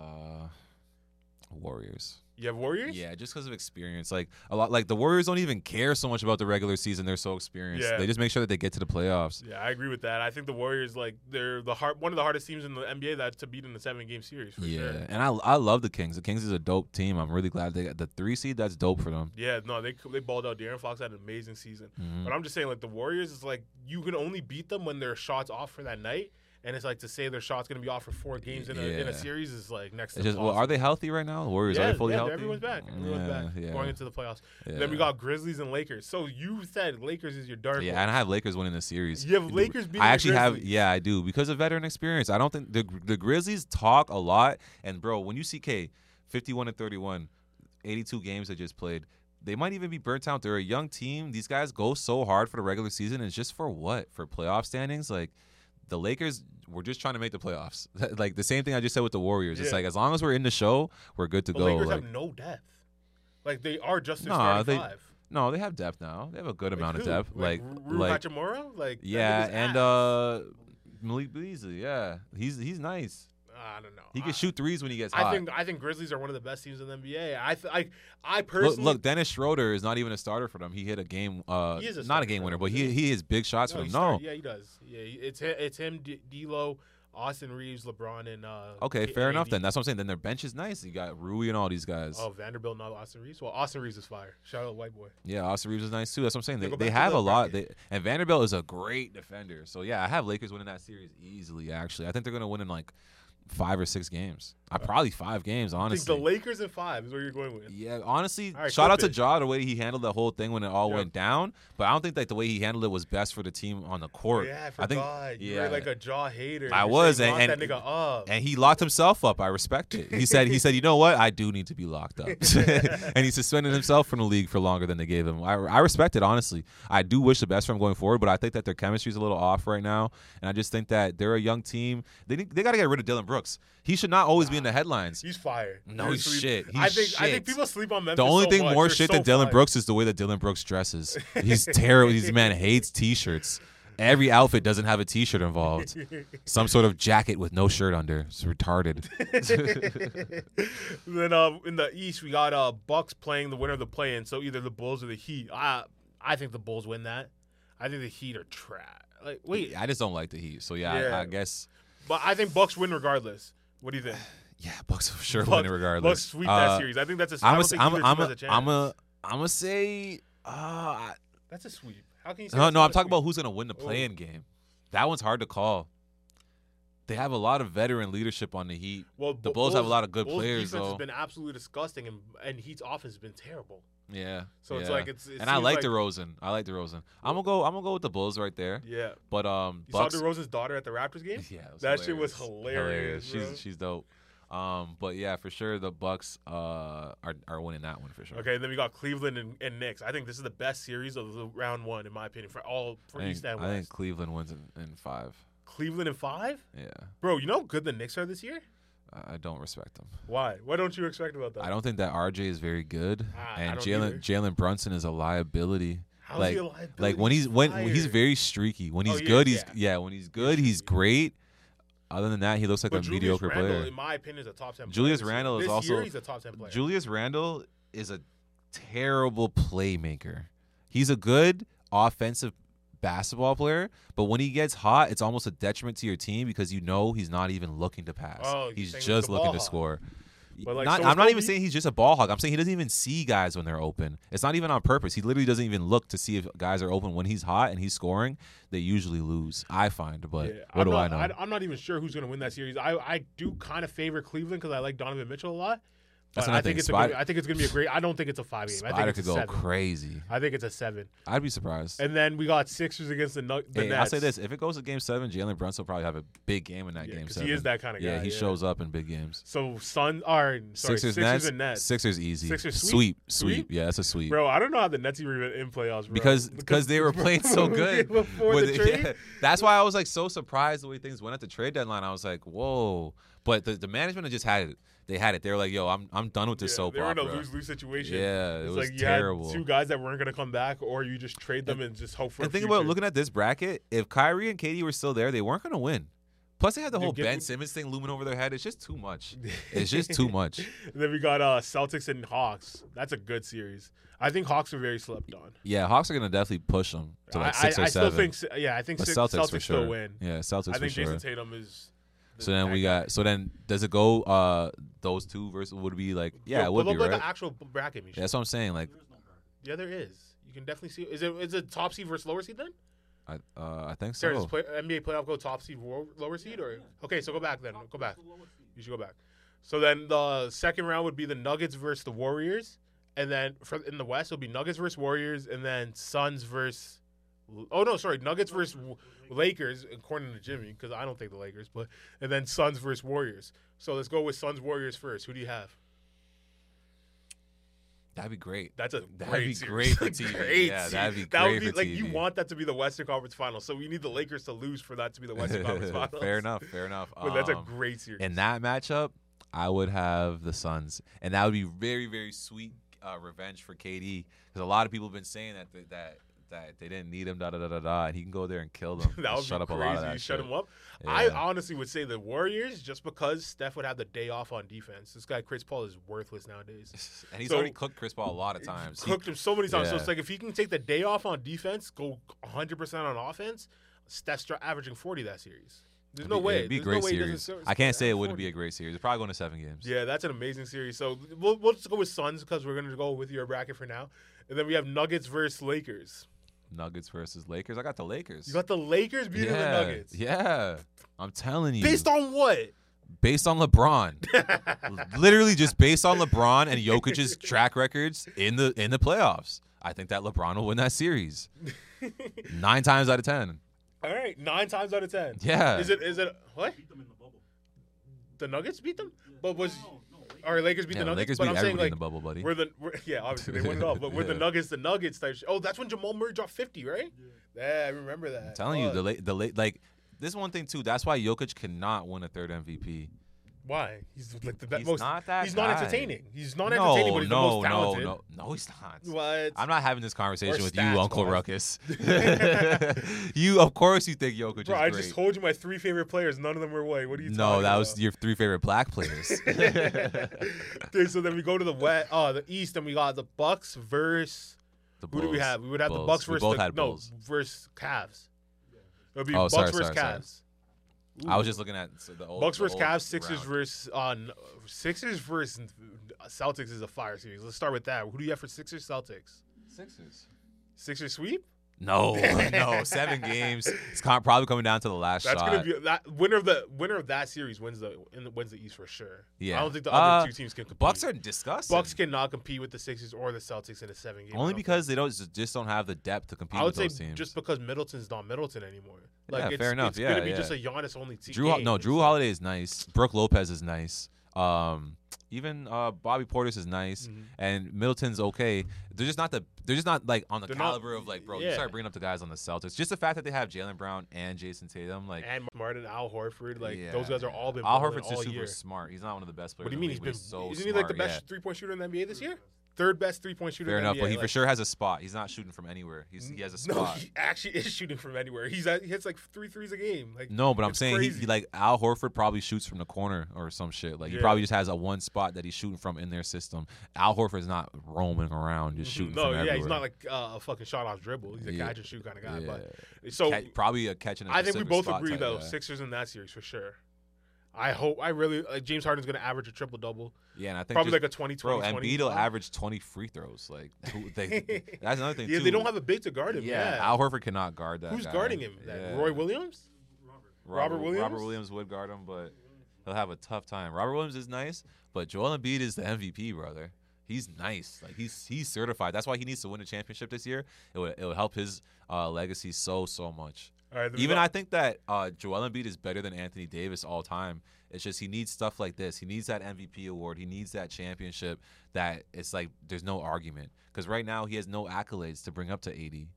Warriors. You have Warriors? Yeah, just because of experience. Like a lot, like the Warriors don't even care so much about the regular season. They're so experienced. Yeah. They just make sure that they get to the playoffs. Yeah, I agree with that. I think the Warriors, like, they're the hard, one of the hardest teams in the NBA that to beat in the seven game series for yeah, sure. and I I love the Kings. The Kings is a dope team. I'm really glad they got the three seed. That's dope for them. Yeah, no, they they balled out. De'Aaron Fox had an amazing season, Mhm. but I'm just saying, like, the Warriors is like you can only beat them when their shots off for that night, and it's like to say their shots gonna be off for four games in, a, in Yeah. a series is like next. It's to just well, are they healthy right now? The Warriors Yeah, are they fully yeah, healthy? everyone's back. Everyone's yeah, back Yeah. going into the playoffs. yeah. Then we got Grizzlies and Lakers. So you said Lakers is your dark. Yeah, horse. and I have Lakers winning the series. You have Lakers beating I the actually have, Grizzlies. yeah, I do because of veteran experience. I don't think the the Grizzlies talk a lot, and bro, when you see K, fifty one and 31, 82 games they just played. They might even be burnt out. They're a young team. These guys go so hard for the regular season. It's just for what? For playoff standings? Like the Lakers were just trying to make the playoffs. like the same thing I just said with the Warriors. It's Yeah. like as long as we're in the show, we're good to The go. Lakers like, have no depth. Like they are just their Nah, starting they- five. no, they have depth now. They have a good amount of depth. Like Rui like Hachimura? Like that Yeah, nigga's and ass. uh Malik Beasley, yeah. He's he's nice. I don't know. He I- can shoot threes when he gets hot. I think I think Grizzlies are one of the best teams in the NBA. I th- I, I look, personally look, Dennis Schroeder is not even a starter for them. He hit a game uh He is a not a starter game for winner, them, but yeah. he he hits big shots no, for he them. No. start- yeah, he does. Yeah, he- it's hi- it's him, D- D'Lo, Austin Reeves, LeBron, and uh, Okay, A- fair enough AD. then. That's what I'm saying. Then their bench is nice. You got Rui and all these guys. Oh, Vanderbilt, not Austin Reeves. Well, Austin Reeves is fire. Shout out, white boy. Yeah, Austin Reeves is nice too. That's what I'm saying. They They, go they back to have a the lot. They, bracket. and Vanderbilt is a great defender. So yeah, I have Lakers winning that series easily. Actually, I think they're gonna win in like five or six games. I probably five games. I think Honestly, the Lakers in five is where you're going with. Yeah, honestly, All right, shout out to clip it. Ja the way he handled the whole thing when it all Yeah. went down. But I don't think that the way he handled it was best for the team on the court. Yeah, I I think, forgot. you yeah. were like a jaw hater. I You was, said, and- "Lock and- that nigga up. and he locked himself up. I respect it. He said, he said, you know what? I do need to be locked up. and he suspended himself from the league for longer than they gave him. I, I respect it, honestly. I do wish the best for him going forward, but I think that their chemistry is a little off right now. And I just think that they're a young team. They, need- they got to get rid of Dylan Brooks. He should not always be in the headlines. He's fired. No, You're he's sleep- shit. I He's think I shit. think people sleep on Memphis. The only so thing much. more They're shit so than Dylan fired. Brooks is the way that Dylan Brooks dresses. He's terrible. This man hates t-shirts. Every outfit doesn't have a t-shirt involved. Some sort of jacket with no shirt under. It's retarded. then uh, in the East, we got uh, Bucks playing the winner of the play-in. So either the Bulls or the Heat. I I think the Bulls win that. I think the Heat are trash. Like wait, I just don't like the Heat. So yeah, Yeah. I, I guess but I think Bucks win regardless. What do you think? yeah, Bucks for sure Bucks, win regardless. Bucks sweep that Uh, series. I think that's a. I'm I a, don't think I'm a, either I'm team has a, chance. I'm a, I'm a say. Uh, I- That's a sweep. How can you say? no, that's no, not I'm a talking sweep? about who's gonna Oh. win the play-in game. That one's hard to call. They have a lot of veteran leadership on the Heat. Well, the Bu- Bulls have a lot of good Bulls players, defense though. has been absolutely disgusting, and and Heat's offense has been terrible. Yeah. So it's yeah. like it's. It and I seems like, DeRozan. I like DeRozan. I'm gonna go. I'm gonna go with the Bulls right there. Yeah, But um, you Bucks. saw DeRozan's daughter at the Raptors game. Yeah, it was That shit was hilarious, bro. She's she's dope. Um, but yeah, for sure the Bucks uh are are winning that one for sure. Okay, then we got Cleveland and, and Knicks. I think this is the best series of the round one, in my opinion, for all I for East think, and I think West. Cleveland wins in, in five. Cleveland in five, Yeah, bro. You know how good the Knicks are this year. I I don't respect them. Why? What don't you expect about that? I don't think that RJ is very good, Ah, I and don't Jalen either. Jalen Brunson is a liability. How's like he a liability? like when he's when when he's fired? very streaky. When Oh, he's he good, is, he's yeah. When he's good, he's great. Other than that, he looks like but a Julius mediocre Randle, player. in my opinion, is a top ten. player Julius this year. Randle is This also- year, he's a top ten player. Julius Randle is a terrible playmaker. He's a good offensive basketball player, but when he gets hot, it's almost a detriment to your team because you know he's not even looking to pass. Oh, you he's think he's just a looking ball to hawk. score. But, like, not, so I'm it's not no even re- saying he's just a ball hog. I'm saying he doesn't even see guys when they're open. It's not even on purpose. He literally doesn't even look to see if guys are open. When he's hot and he's scoring, they usually lose. I find, but Yeah, what I'm do not, I know? I, am not even sure who's going to win that series. I, I do kind of favor Cleveland because I like Donovan Mitchell a lot. That's But another I think thing. it's a Spider- good, I think it's going to be a great. I don't think it's a five game. I think Spider it's a could go seven. crazy. I think it's a seven. I'd be surprised. And then we got Sixers against the, Nug- the Hey, Nets. I'll say this: if it goes to Game Seven, Jalen Brunson will probably have a big game in that Yeah, Game 'cause Seven. he is that kinda Yeah, guy, he yeah. shows up in big games. So Sun are sorry, Sixers, Sixers, Nets, and Nets. Sixers easy. Sixers sweep, sweep? sweep. Sweep? Yeah, that's a sweep. Bro, I don't know how the Nets were even in playoffs, bro. because because they were playing so good before with the it. trade. Yeah. That's why I was like so surprised the way things went at the trade deadline. I was like, whoa! But the, the management just had it. They had it. They were like, yo, I'm I'm done with this Yeah, soap they were in a opera. lose lose situation. Yeah, it it's was like terrible. You had two guys that weren't going to come back, or you just trade them and, just hope for. and a think future. about looking at this bracket. If Kyrie and Katie were still there, they weren't gonna win. Plus, they had the Dude, whole get- Ben Simmons thing looming over their head. It's just too much. It's just too much. And then we got uh, Celtics and Hawks. That's a good series. I think Hawks were very slept on. Yeah, Hawks are gonna definitely push them to like I, six I, or I seven. still think, s- yeah, I think but six, Celtics, for sure. still win. Yeah, Celtics I for think sure. Jason Tatum is. the So then we back got. So then does it go? Uh, those two versus would be like. guy. Yeah, Yo, it would but be look right. like an actual b- bracket. Yeah, Misha. that's what I'm saying. Like, Yeah, there is. You can definitely see. Is it is it top seed versus lower seed then? I uh, I think Sarah, so. does play, NBA playoff go top seed, wo- lower seed, or okay? So go back then. Go back. You should go back. So then the second round would be the Nuggets versus the Warriors, and then for, in the West it'll be Nuggets versus Warriors, and then Suns versus. Oh no, sorry, Nuggets versus W- Lakers, according to Jimmy, because I don't think the Lakers, but and then Suns versus Warriors. So let's go with Suns Warriors first. Who do you have? That'd be great. That's a That'd great be series. great for TV. Great Yeah, series. that'd be that would great be for like you TV. want that to be the Western Conference Finals. So we need the Lakers to lose for that to be the Western Conference Finals. fair enough. Fair enough. But that's a Um, great series. in that matchup, I would have the Suns, and that would be very very sweet uh, revenge for KD because a lot of people have been saying that th- that that they didn't need him. Da da da da da. And he can go there and kill them. that and would shut be up crazy. a lot of that. you shut shit. him up. I Yeah. honestly would say the Warriors just because Steph would have the day off on defense. This guy Chris Paul is worthless nowadays. And he's So- already cooked Chris Paul a lot of times. He- Cooked him so many times. So Yeah. it's like if he can take the day off on defense, go 100 percent on offense. Steph's dr- averaging 40 that series. There's it'd no be- way. It'd be a There's great no way he doesn't series. score- I can't say it average wouldn't 40. be a great series. It's probably going to seven games. Yeah, that's an amazing series. So we'll, we'll just go with Suns because we're going to go with your bracket for now. And then we have Nuggets versus Lakers. Nuggets versus Lakers. I got the Lakers. You got the Lakers beating yeah, the Nuggets. Yeah. I'm telling you. Based on what? based on LeBron. Literally just based on LeBron and Jokic's track records in the in the playoffs. I think that LeBron will win that series. Nine times out of ten. All right, nine times out of ten. Yeah. Is it? Is it? What? Beat them in the bubble. The Nuggets beat them, but was or Lakers beat Yeah, the Nuggets? Lakers but beat I'm everybody saying like in the bubble, buddy. we're the we're, yeah, obviously they won it all, but we're the Yeah. Nuggets, the Nuggets type. Sh- oh, that's when Jamal Murray dropped fifty, right? Yeah, I remember that. I'm telling you, Fuck. the late the late like this is one thing too. That's why Jokic cannot win a third MVP. why he's like the He's most. not that he's not guy. entertaining. He's not no, entertaining, but he's no, the most talented. no, no, no, he's not. What? I'm not having this conversation Or with you, stats Uncle wise. Ruckus. you, of course, you think Jokic Bro, is I great. just told you my three favorite players. None of them were white. What are you no, talking that was about? your three favorite black players. okay, so then we go to the west, uh, the east, and we got the Bucks versus The who do we Bulls. have? We would have the Bulls. Bucks We versus both the, had no Bulls. versus Cavs. It'll be Oh, Bucks sorry, versus sorry, sorry. Cavs. I was just looking at s- the old Bucks the versus old Cavs, Sixers round. versus uh, n- Sixers versus uh, Celtics is a fire series. Let's start with that. Who do you have for Sixers Celtics? Sixers. Sixers sweep. No, no, seven games. It's con- probably coming down to the last That's shot. gonna be that winner of the winner of that series wins the in the- wins the East for sure. yeah. I don't think the other Uh, two teams can compete. Bucks are disgusting. Bucks cannot compete with the Sixers or the Celtics in a seven game. I only don't because they don't just don't have the depth to think. compete I would with say those teams. just because Middleton's not Middleton anymore. Yeah, Like it's, fair enough. It's Yeah, gonna be yeah. just a Giannis only team. Drew, Ho- no, Drew Holiday is nice. Brooke Lopez is nice. Um, even uh, Bobby Portis is nice, Mm-hmm. and Middleton's okay. They're just not the. They're just not like on the They're not- caliber of like, bro. You yeah. start bringing up the guys on the Celtics. Just the fact that they have Jalen Brown and Jason Tatum, like and Martin Al Horford. Like Yeah. those guys are all been. Al balling Horford's all just super year. smart. He's not one of the best players. What do you in mean the he's league, but been? he's so isn't he like the smart, best yeah. Mm-hmm. three point shooter in the NBA this year? Third best three point shooter. Fair in enough, the NBA, but he for like- sure has a spot. He's not shooting from anywhere. He's, he has a No, spot. he actually is shooting from anywhere. He's at, he hits like three threes a game. Like No, but I'm it's saying he, crazy. he, like Al Horford probably shoots from the corner or some shit. Like he Yeah. probably just has a one spot that he's shooting from in their system. Al Horford's not roaming around just shooting. Mm-hmm. No, from yeah, everywhere. he's not like uh, a fucking shot off dribble. He's a Yeah. catch and shoot kind of guy. Yeah. But so Ca- probably a catch in a I think we specific both spot agree type though, guy. Sixers in that series for sure. I hope I really like James Harden's going to average a triple double, Yeah, and I think probably just- like a 20 bro, 20 and 20. Embiid will average twenty free throws. Like who- they, that's another thing Yeah, too. they don't have a big to guard him. yeah, Al Horford cannot guard that. Who's guy. guarding him? That Yeah. Roy Williams? Robert Robert Williams? Williams would guard him, but he'll have a tough time. Robert Williams is nice, but Joel Embiid is the MVP, brother. He's nice. Like he's he's certified. That's why he needs to win a championship this year. It would it would help his uh, legacy so so much. All right, then we Even got- I think that uh, Joel Embiid is better than Anthony Davis all time. It's just he needs stuff like this. He needs that MVP award. He needs that championship. That it's like there's no argument because right now he has no accolades to bring up to AD.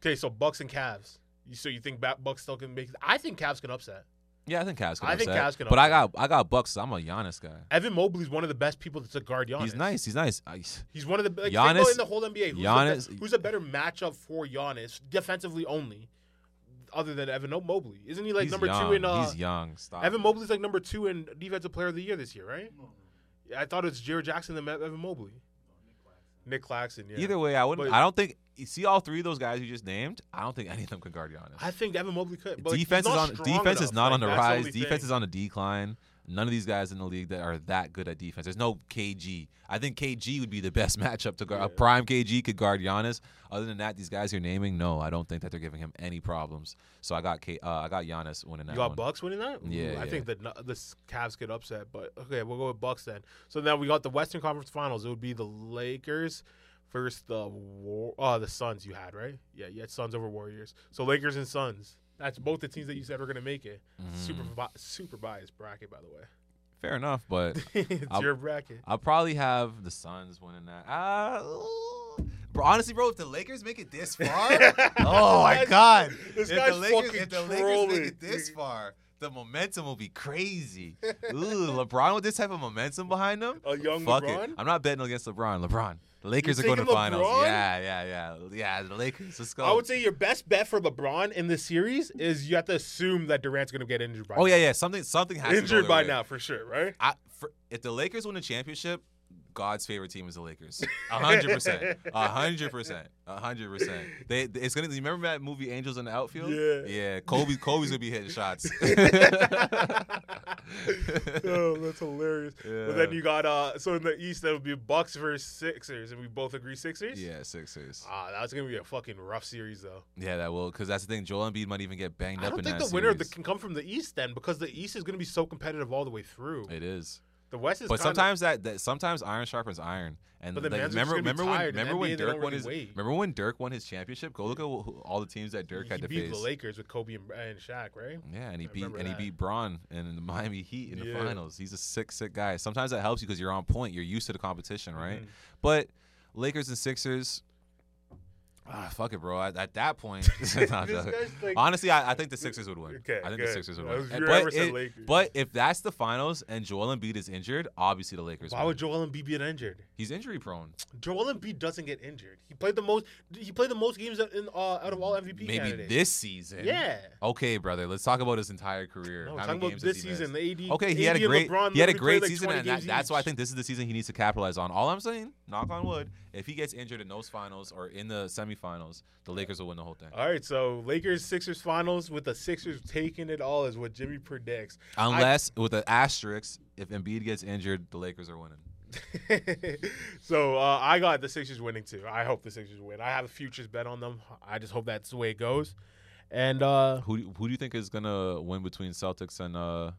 Okay, so Bucks and Cavs. You, so you think Ba- Bucks still can make? I think Cavs can upset. Yeah, I think Cavs can. I think upset. Cavs can But I got I got Bucks. So I'm a Giannis guy. Evan Mobley's one of the best people to guard Giannis. He's nice. He's nice. I, He's one of the like, think Giannis- about in the whole NBA. Who's, Giannis- a, be- who's a better matchup for Giannis defensively only, other than Evan Mobley? Isn't he like he's number young. two in uh, he's young. Stop. Evan Mobley's like number two in defensive player of the year this year, right? Yeah, I thought it's Jared Jackson and Evan Mobley. Nick Claxton. Yeah. Either way, I wouldn't. But- I don't think. You see all three of those guys you just named. I don't think any of them could guard Giannis. I think Evan Mobley could. But like, he's defense is not on. strong Defense is enough. not on Like, the that's rise. only defense thing. is on a decline. None of these guys in the league that are that good at defense. There's no KG. I think KG would be the best matchup to guard. A prime KG could guard Giannis. Other than that, these guys you're naming, no, I don't think that they're giving him any problems. So I got K, uh, I got Giannis winning that You got one. Bucks winning that? Ooh, Yeah, yeah. I think that no- the s- Cavs get upset, but okay, we'll go with Bucks then. So now we got the Western Conference Finals. It would be the Lakers versus the War- uh, the Suns. You had right? Yeah, you had Suns over Warriors. So Lakers and Suns. That's both the teams that you said were going to make it. Mm-hmm. Super bi- super biased bracket, by the way. Fair enough, but it's I'll- your bracket. I'll probably have the Suns winning that. Uh, bro, honestly, bro, if the Lakers make it this far, oh my This- god! this if guy's the Lakers, fucking if the Lakers trolling. make it this far, the momentum will be crazy. Ooh, LeBron with this type of momentum behind him. A young Fuck Oh, LeBron? it. I'm not betting against LeBron. LeBron. The Lakers are going to taking finals. LeBron? Yeah, yeah, yeah, yeah. The Lakers. Let's go. I would say your best bet for LeBron in this series is you have to assume that Durant's going to get injured by oh now. yeah, yeah. Something, something has to go Injured their by way. now for sure, right? I, for, if the Lakers win a championship, God's favorite team is the Lakers. A hundred percent, a hundred percent, a hundred percent. They, they- it's gonna. You remember that movie Angels in the Outfield? Yeah. yeah. Kobe, Kobe's gonna be hitting shots. oh, that's hilarious. But then Yeah. you got uh so in the East that would be Bucks versus Sixers, and we both agree Sixers. yeah, Sixers. Ah, that's gonna be a fucking rough series though. Yeah, that will. Because that's the thing. Joel Embiid might even get banged I up don't in think that the winner of the, series. can come from the East then, because the East is gonna be so competitive all the way through. it is. The West is. But kinda- sometimes that, that sometimes iron sharpens iron. And But like, then man's just remember, gonna be remember when, tired. In remember when NBA, they don't Dirk won really his, wait. remember when Dirk won his championship? Go look at who, all the teams that Dirk he had to beat face. Mm, the Lakers with Kobe and, and Shaq, right? Yeah, and he I beat and remember he that. beat Braun in the Miami Heat in the Yeah. finals. He's a sick, sick guy. Sometimes that helps you because you're on point. You're used to the competition, right? Mm-hmm. But Lakers and Sixers. Ah, fuck it, bro. At, at that point, Nah, This guy's like- honestly, I, I think the Sixers would win. Okay, I think the good. Sixers would I win. was- And- you But, ever said it- Lakers. but if that's the finals and Joel Embiid is injured, obviously the Lakers. Why would win. Joel Embiid get injured? He's injury prone. Joel Embiid doesn't get injured. He played the most. He played the most games in, uh, out of all MVP Maybe candidates. this season. Yeah. Okay, brother. Let's talk about his entire career. No, How many we're talking about games has this he missed? season. The AD. Okay, he AD had a and great LeBron he had a literally played, great like, season, 20 and that, games that's why I each. think this is the season he needs to capitalize on. All I'm saying, knock on wood, if he gets injured in those finals or in the semifinals, the Lakers will win the whole thing. All right, so Lakers Sixers finals with the Sixers taking it all is what Jimmy predicts. Unless with an asterisk, if Embiid gets injured, the Lakers are winning. so uh, I got the Sixers winning too. I hope the Sixers win. I have a futures bet on them. I just hope that's the way it goes. And uh, Who do, who do you think is gonna win between Celtics and uh?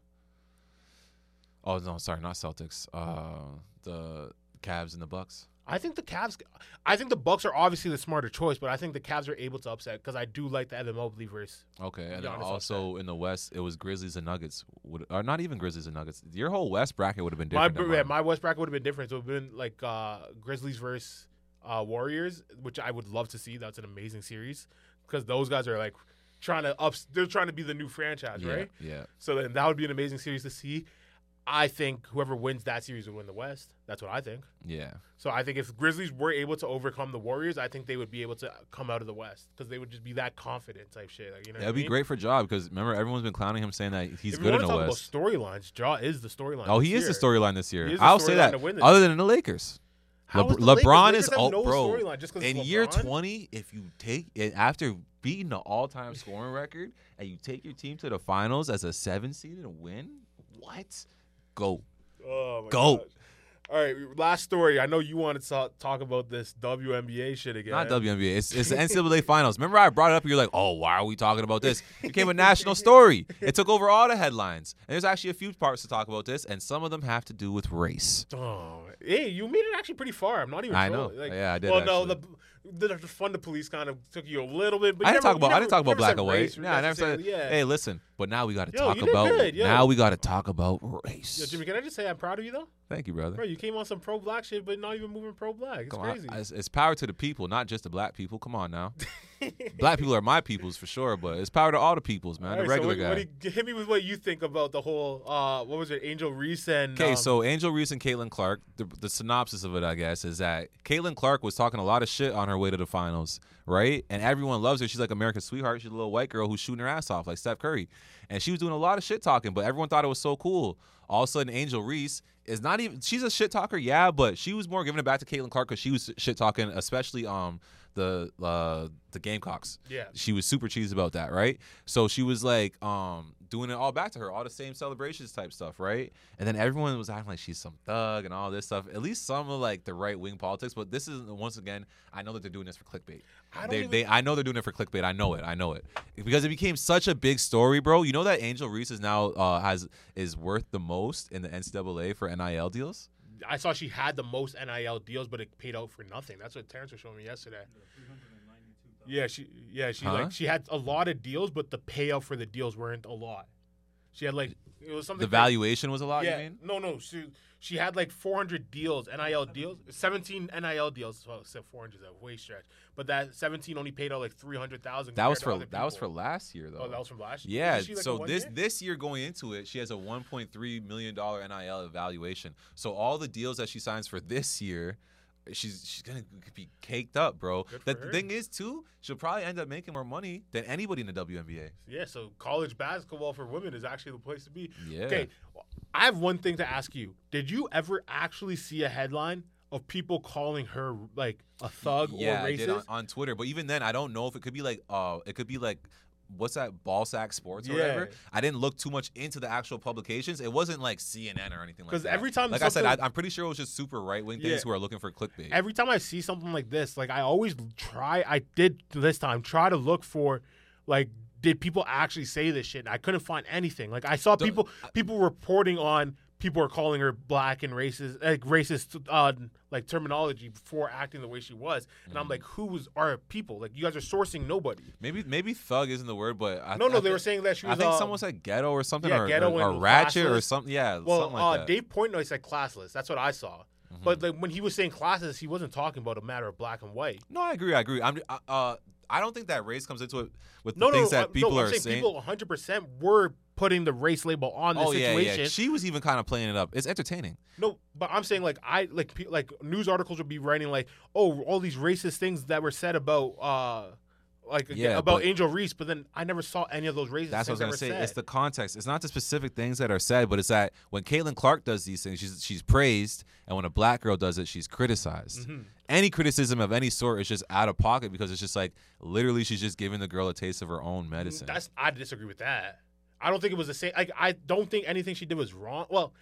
Oh no, sorry, not Celtics. Uh, the Cavs and the Bucks. I think the Cavs. I think the Bucks are obviously the smarter choice, but I think the Cavs are able to upset because I do like the Evan Mobley verse. Okay, and then Giannis also in the West, it was Grizzlies and Nuggets. Would, or not even Grizzlies and Nuggets. Your whole West bracket would have been My different. than yeah, mine. my West bracket would have been different. It would have been like uh, Grizzlies versus uh, Warriors, which I would love to see. That's an amazing series because those guys are like trying to up. They're trying to be the new franchise, yeah, right? Yeah. So then that would be an amazing series to see. I think whoever wins that series would win the West. That's what I think. Yeah. So I think if Grizzlies were able to overcome the Warriors, I think they would be able to come out of the West because they would just be that confident type shit. Like, you know, what I That'd be mean? great for Ja because remember everyone's been clowning him saying that he's If you good in want to the talk West. about storylines, Jaw is the storyline. Oh, he this is the year. storyline this year. He is the I'll say storyline that. to win this Other than the Lakers, How Lebr- is the Lakers- LeBron Lakers is have out, no bro. storyline just 'cause in it's year LeBron? twenty, if you take it after beating the all-time scoring record and you take your team to the finals as a seven seed and win, what? Go. Oh my Goat. gosh. All right, last story. I know you wanted to ta- talk about this WNBA shit again. Not WNBA. It's, it's the NCAA finals. Remember, I brought it up. You're like, oh, why are we talking about this? It became a national story. It took over all the headlines. And there's actually a few parts to talk about this, and some of them have to do with race. Oh, hey, you made it actually pretty far. I'm not even. I trolling. know. Yeah, I did, Well, no, the, the fund the police kind of took you a little bit. But I you didn't never- talk about. you I didn't never- talk about never black said and white. race No, I never said. necessarily, Yeah. Hey, listen. But now we got to Yo, talk you did about. good, yo. Now we got to talk about race. Yo, Jimmy, can I just say I'm proud of you though, Thank you, brother. bro? You came on some pro black shit, but not even moving pro black. It's Come on. crazy. It's, it's power to the people, not just the black people. Come on now. black people are my peoples for sure, but it's power to all the peoples, man. All the right, regular so guy. what, What do you, hit me with what you think about the whole. Uh, what was it, Angel Reese and? Okay, um, so Angel Reese and Caitlin Clark, the, the synopsis of it, I guess, is that Caitlin Clark was talking a lot of shit on her way to the finals, right? And everyone loves her. She's like America's sweetheart. She's a little white girl who's shooting her ass off, like Steph Curry. And she was doing a lot of shit talking, but everyone thought it was so cool. All of a sudden, Angel Reese is not even, she's a shit talker, yeah, but she was more giving it back to Caitlin Clark because she was shit talking, especially um the uh, the Gamecocks Yeah. she was super cheesy about that, right? So she was like um doing it all back to her, all the same celebrations type stuff, right? And then everyone was acting like she's some thug and all this stuff. At least some of like the right wing politics, but this is once again, I know that they're doing this for clickbait. I don't they, even- they I know they're doing it for clickbait. I know it. I know it. Because it became such a big story, bro. You know that Angel Reese is now uh has is worth the most in the NCAA for NIL deals? I saw she had the most NIL deals, but it paid out for nothing. That's what Terrence was showing me yesterday. Yeah, she yeah she Huh? like she had a lot of deals, but the payout for the deals weren't a lot. She had like it was something The valuation was a lot, Yeah, you mean? no, no, she she had like 400 deals, NIL deals, 17 NIL deals. Well, except 400 is a way stretch, but that 17 only paid out like 300,000. That was compared for to other that was for people. last year though. Oh, that was from last year. Yeah. Isn't she, like, a so one this year? this year going into it, she has a 1.3 million dollar NIL evaluation. So all the deals that she signs for this year, she's she's gonna be caked up, bro. Good The for her. thing is, too, she'll probably end up making more money than anybody in the WNBA. Yeah, so college basketball for women is actually the place to be. Yeah. Okay, I have one thing to ask you. Did you ever actually see a headline of people calling her like a thug yeah, or I did on, racist? on Twitter. But even then, I don't know if it could be like uh, it could be like. What's that? Ball sack sports or Yeah. whatever. I didn't look too much into the actual publications. It wasn't like CNN or anything like that. 'Cause every time like I said, I, something- I'm pretty sure it was just super right wing Yeah. things who are looking for clickbait. Every time I see something like this, like I always try. I did this time try to look for, like, did people actually say this shit? And I couldn't find anything. Like I saw Don't- people people reporting on people are calling her black and racist, like racist, uh, like terminology for acting the way she was. And Mm. I'm like, who was are people? Like you guys are sourcing nobody. Maybe maybe thug isn't the word, but I, No, no, I they were thi- saying that she I was, think um, someone said ghetto or something, yeah, or, ghetto or, or and ratchet or classless. something. Yeah, Well, something like uh, that. Mm-hmm. Dave Portnoy said classless. That's what I saw. But like when he was saying classless, he wasn't talking about a matter of black and white. no, I agree. I agree. I'm. I- Uh, I don't think that race comes into it with the No, no, things no, that I'm- people no, I'm are saying, saying. People 100 percent were putting the race label on this oh yeah, situation. yeah. She was even kind of playing it up. It's entertaining. no, but I'm saying like I like pe- like news articles would be writing like, oh, all these racist things that were said about. uh like again, Yeah, about but- Angel Reese, but then I never saw any of those racist That's what I was things gonna that say. were It's the said. context. It's not the specific things that are said, but it's that when Caitlin Clark does these things, she's she's praised, and when a black girl does it, she's criticized. Mm-hmm. Any criticism of any sort is just out of pocket because it's just like literally she's just giving the girl a taste of her own medicine. That's I disagree with that. I don't think it was the same. Like I don't think anything she did was wrong. Well,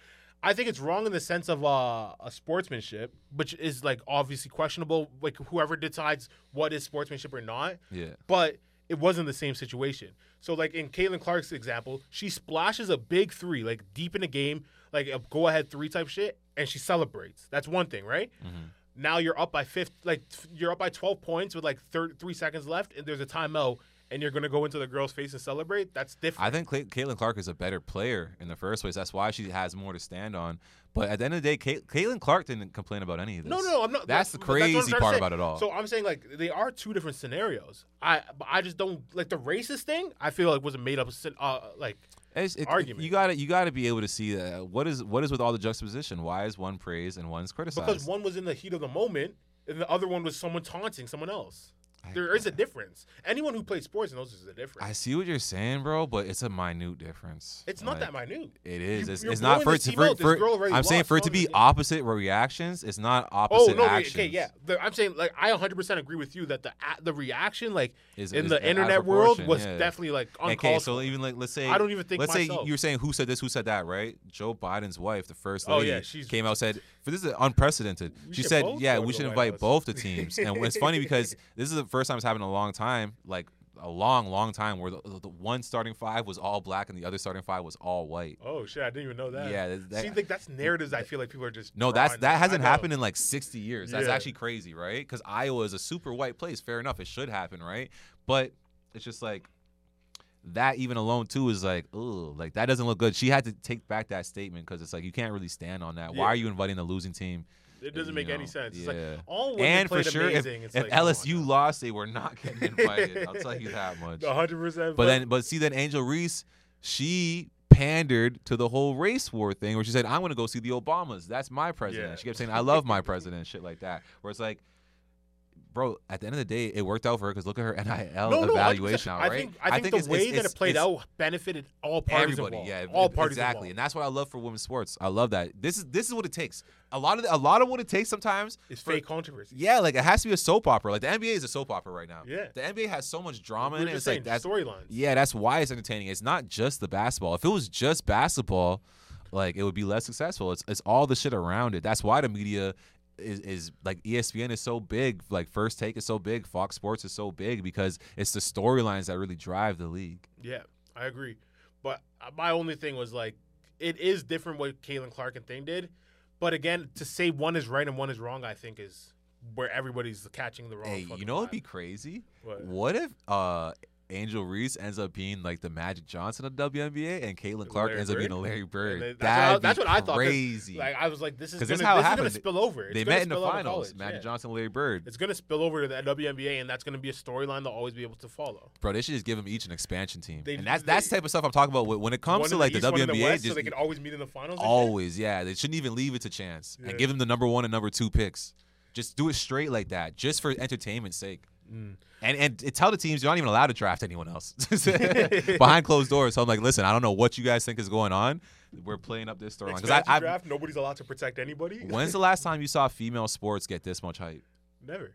I think it's wrong in the sense of uh, a sportsmanship, which is like obviously questionable. Like whoever decides what is sportsmanship or not. yeah. but it wasn't the same situation. So, like in Caitlin Clark's example, she splashes a big three, like deep in the game, like a go ahead three type shit, and she celebrates. That's one thing, right? Mm-hmm. Now you're up by fifth, like f- you're up by 12 points with like thir- three seconds left, and there's a timeout, and you're gonna go into the girl's face and celebrate. That's different. I think Clay- Caitlin Clark is a better player in the first place. That's why she has more to stand on. But at the end of the day, Cait- Caitlin Clark didn't complain about any of this. No, no, I'm not. That's the but what I'm crazy trying to part say. about it all. So I'm saying like they are two different scenarios. I, but I just don't like the racist thing. I feel like was a made up, scen- uh, like It's- it- argument. You got to you got to be able to see that what is what is with all the juxtaposition. Why is one praised and one's criticized? Because one was in the heat of the moment, and the other one was someone taunting someone else. there is a difference. Anyone who plays sports knows there's a difference. I see what you're saying, bro, but it's a minute difference. it's not that Like, minute. It is. You- It's, you're it's not blowing for it this to team for, out. This for, girl already I'm saying lost. for it How to is be it- opposite reactions. It's not Oh opposite no! wait, actions. Okay, yeah. The- I'm saying like I 100 percent agree with you that the a- the reaction like Is- in is the out of internet world proportion, was yeah. definitely like uncalled. Okay, so for. even like let's say I don't even think let's say myself. you were saying who said this, who said that, right? Joe Biden's wife, the first Oh, lady, yeah, she's- came out said, "For this is unprecedented." We she should said, both "Yeah, go to we the should White invite House." both the teams." and it's funny because this is the first time it's happened in a long time, like a long, long time, where the, the, the one starting five was all black and the other starting five was all white. oh shit! I didn't even know that. Yeah, that- that- See, like that's narratives. I feel like people are just No, that's drawing. that I hasn't know. happened in like 60 years. That's Yeah. actually crazy, right? Because Iowa is a super white place. Fair enough, it should happen, right? But it's just like that even alone too is like, oh, like that doesn't look good. She had to take back that statement because it's like you can't really stand on that. Why Yeah. are you inviting the losing team? It doesn't make you any know, sense. It's yeah. like all women And for played sure, if, amazing. it's if like, come on LSU now. lost, they were not getting invited. I'll tell you that much. A hundred percent. But then, but see, then Angel Reese, she pandered to the whole race war thing, where she said, "I'm going to go see the Obamas. That's my president." Yeah. She kept saying, "I love my president," shit like that. Where it's like, bro, at the end of the day, it worked out for her because look at her NIL no, no, evaluation, I out, right? think, I think, the it's- way it's- that it's- it played it's out benefited all parties Everybody, involved. yeah, ev- all ev- parties exactly, and involved. that's what I love for women's sports. I love that. This is this is what it takes. A lot of the, a lot of what it takes sometimes It's for- fake controversy. Yeah, like it has to be a soap opera. Like the NBA is a soap opera right now. Yeah. the NBA has so much drama We in We're it. just It's saying like that's storylines. yeah, that's why it's entertaining. It's not just the basketball. If it was just basketball, like it would be less successful. It's it's all the shit around it. That's why the media is, is like E ESPN is so big, like First Take is so big, Fox Sports is so big because it's the storylines that really drive the league. Yeah, I agree. But uh, my only thing was like, it is different what Caitlin Clark and Thing did. But again, to say one is right and one is wrong, I think is where everybody's catching the wrong. hey, you fucking know what'd be vibe. crazy? What? if uh Angel Reese ends up being like the Magic Johnson of WNBA and Caitlin a Clark Larry ends up being Bird? a Larry And Bird? then That'd that's be what I, that's what I thought. 'cause, Crazy. Like I was like, this is 'Cause gonna, this this is how it is gonna happened. spill over. It's they gonna met in the spill out finals, college, Magic yeah. Johnson, Larry Bird. It's gonna spill over to the WNBA, and that's gonna be a storyline they'll always be able to follow. Bro, they should just give them each an expansion team, They- and that's that's the they- type of stuff I'm talking about. When- When it comes One to in like the, East, one in WNBA, West, so just they can always meet in the finals. and shit? always, yeah, they shouldn't even leave it to chance Yeah. and give them the number one and number two picks. Just do it straight like that, just for entertainment's sake. Mm. And and it- tell the teams you're not even allowed to draft anyone else behind closed doors. So I'm like, listen, I don't know what you guys think is going on. We're playing up this storyline because Expansion I. I've, draft. Nobody's allowed to protect anybody. when's the last time you saw female sports get this much hype? Never.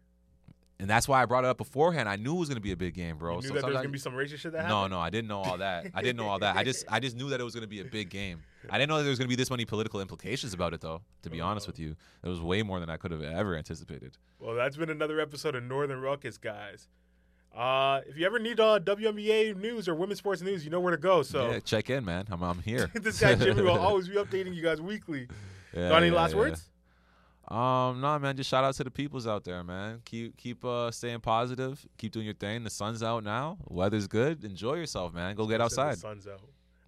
And that's why I brought it up beforehand. I knew it was going to be a big game, bro. You Oh, So knew that there was sometimes- gonna be some racist shit that No, happened. no, I didn't know all that. I didn't know all that. I just I just knew that it was going to be a big game. I didn't know that there was going to be this many political implications about it though, to be honest with you. It was way more than I could have ever anticipated. Well, that's been another episode of Northern Ruckus, guys. Uh, if you ever need uh, WNBA news or women's sports news, you know where to go. So yeah, check in, man. I'm I'm here. this guy Jimmy will always be updating you guys weekly. Yeah, Got any yeah, last yeah. words? Um, nah, man. Just shout out to the peoples out there, man. Keep keep uh staying positive. Keep doing your thing. The sun's out now. Weather's good. Enjoy yourself, man. Go get He said outside. The sun's out.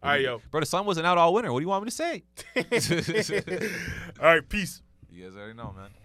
All right, yo. Bro, the sun wasn't out all winter. What do you want me to say? All right, peace. you guys already know, man.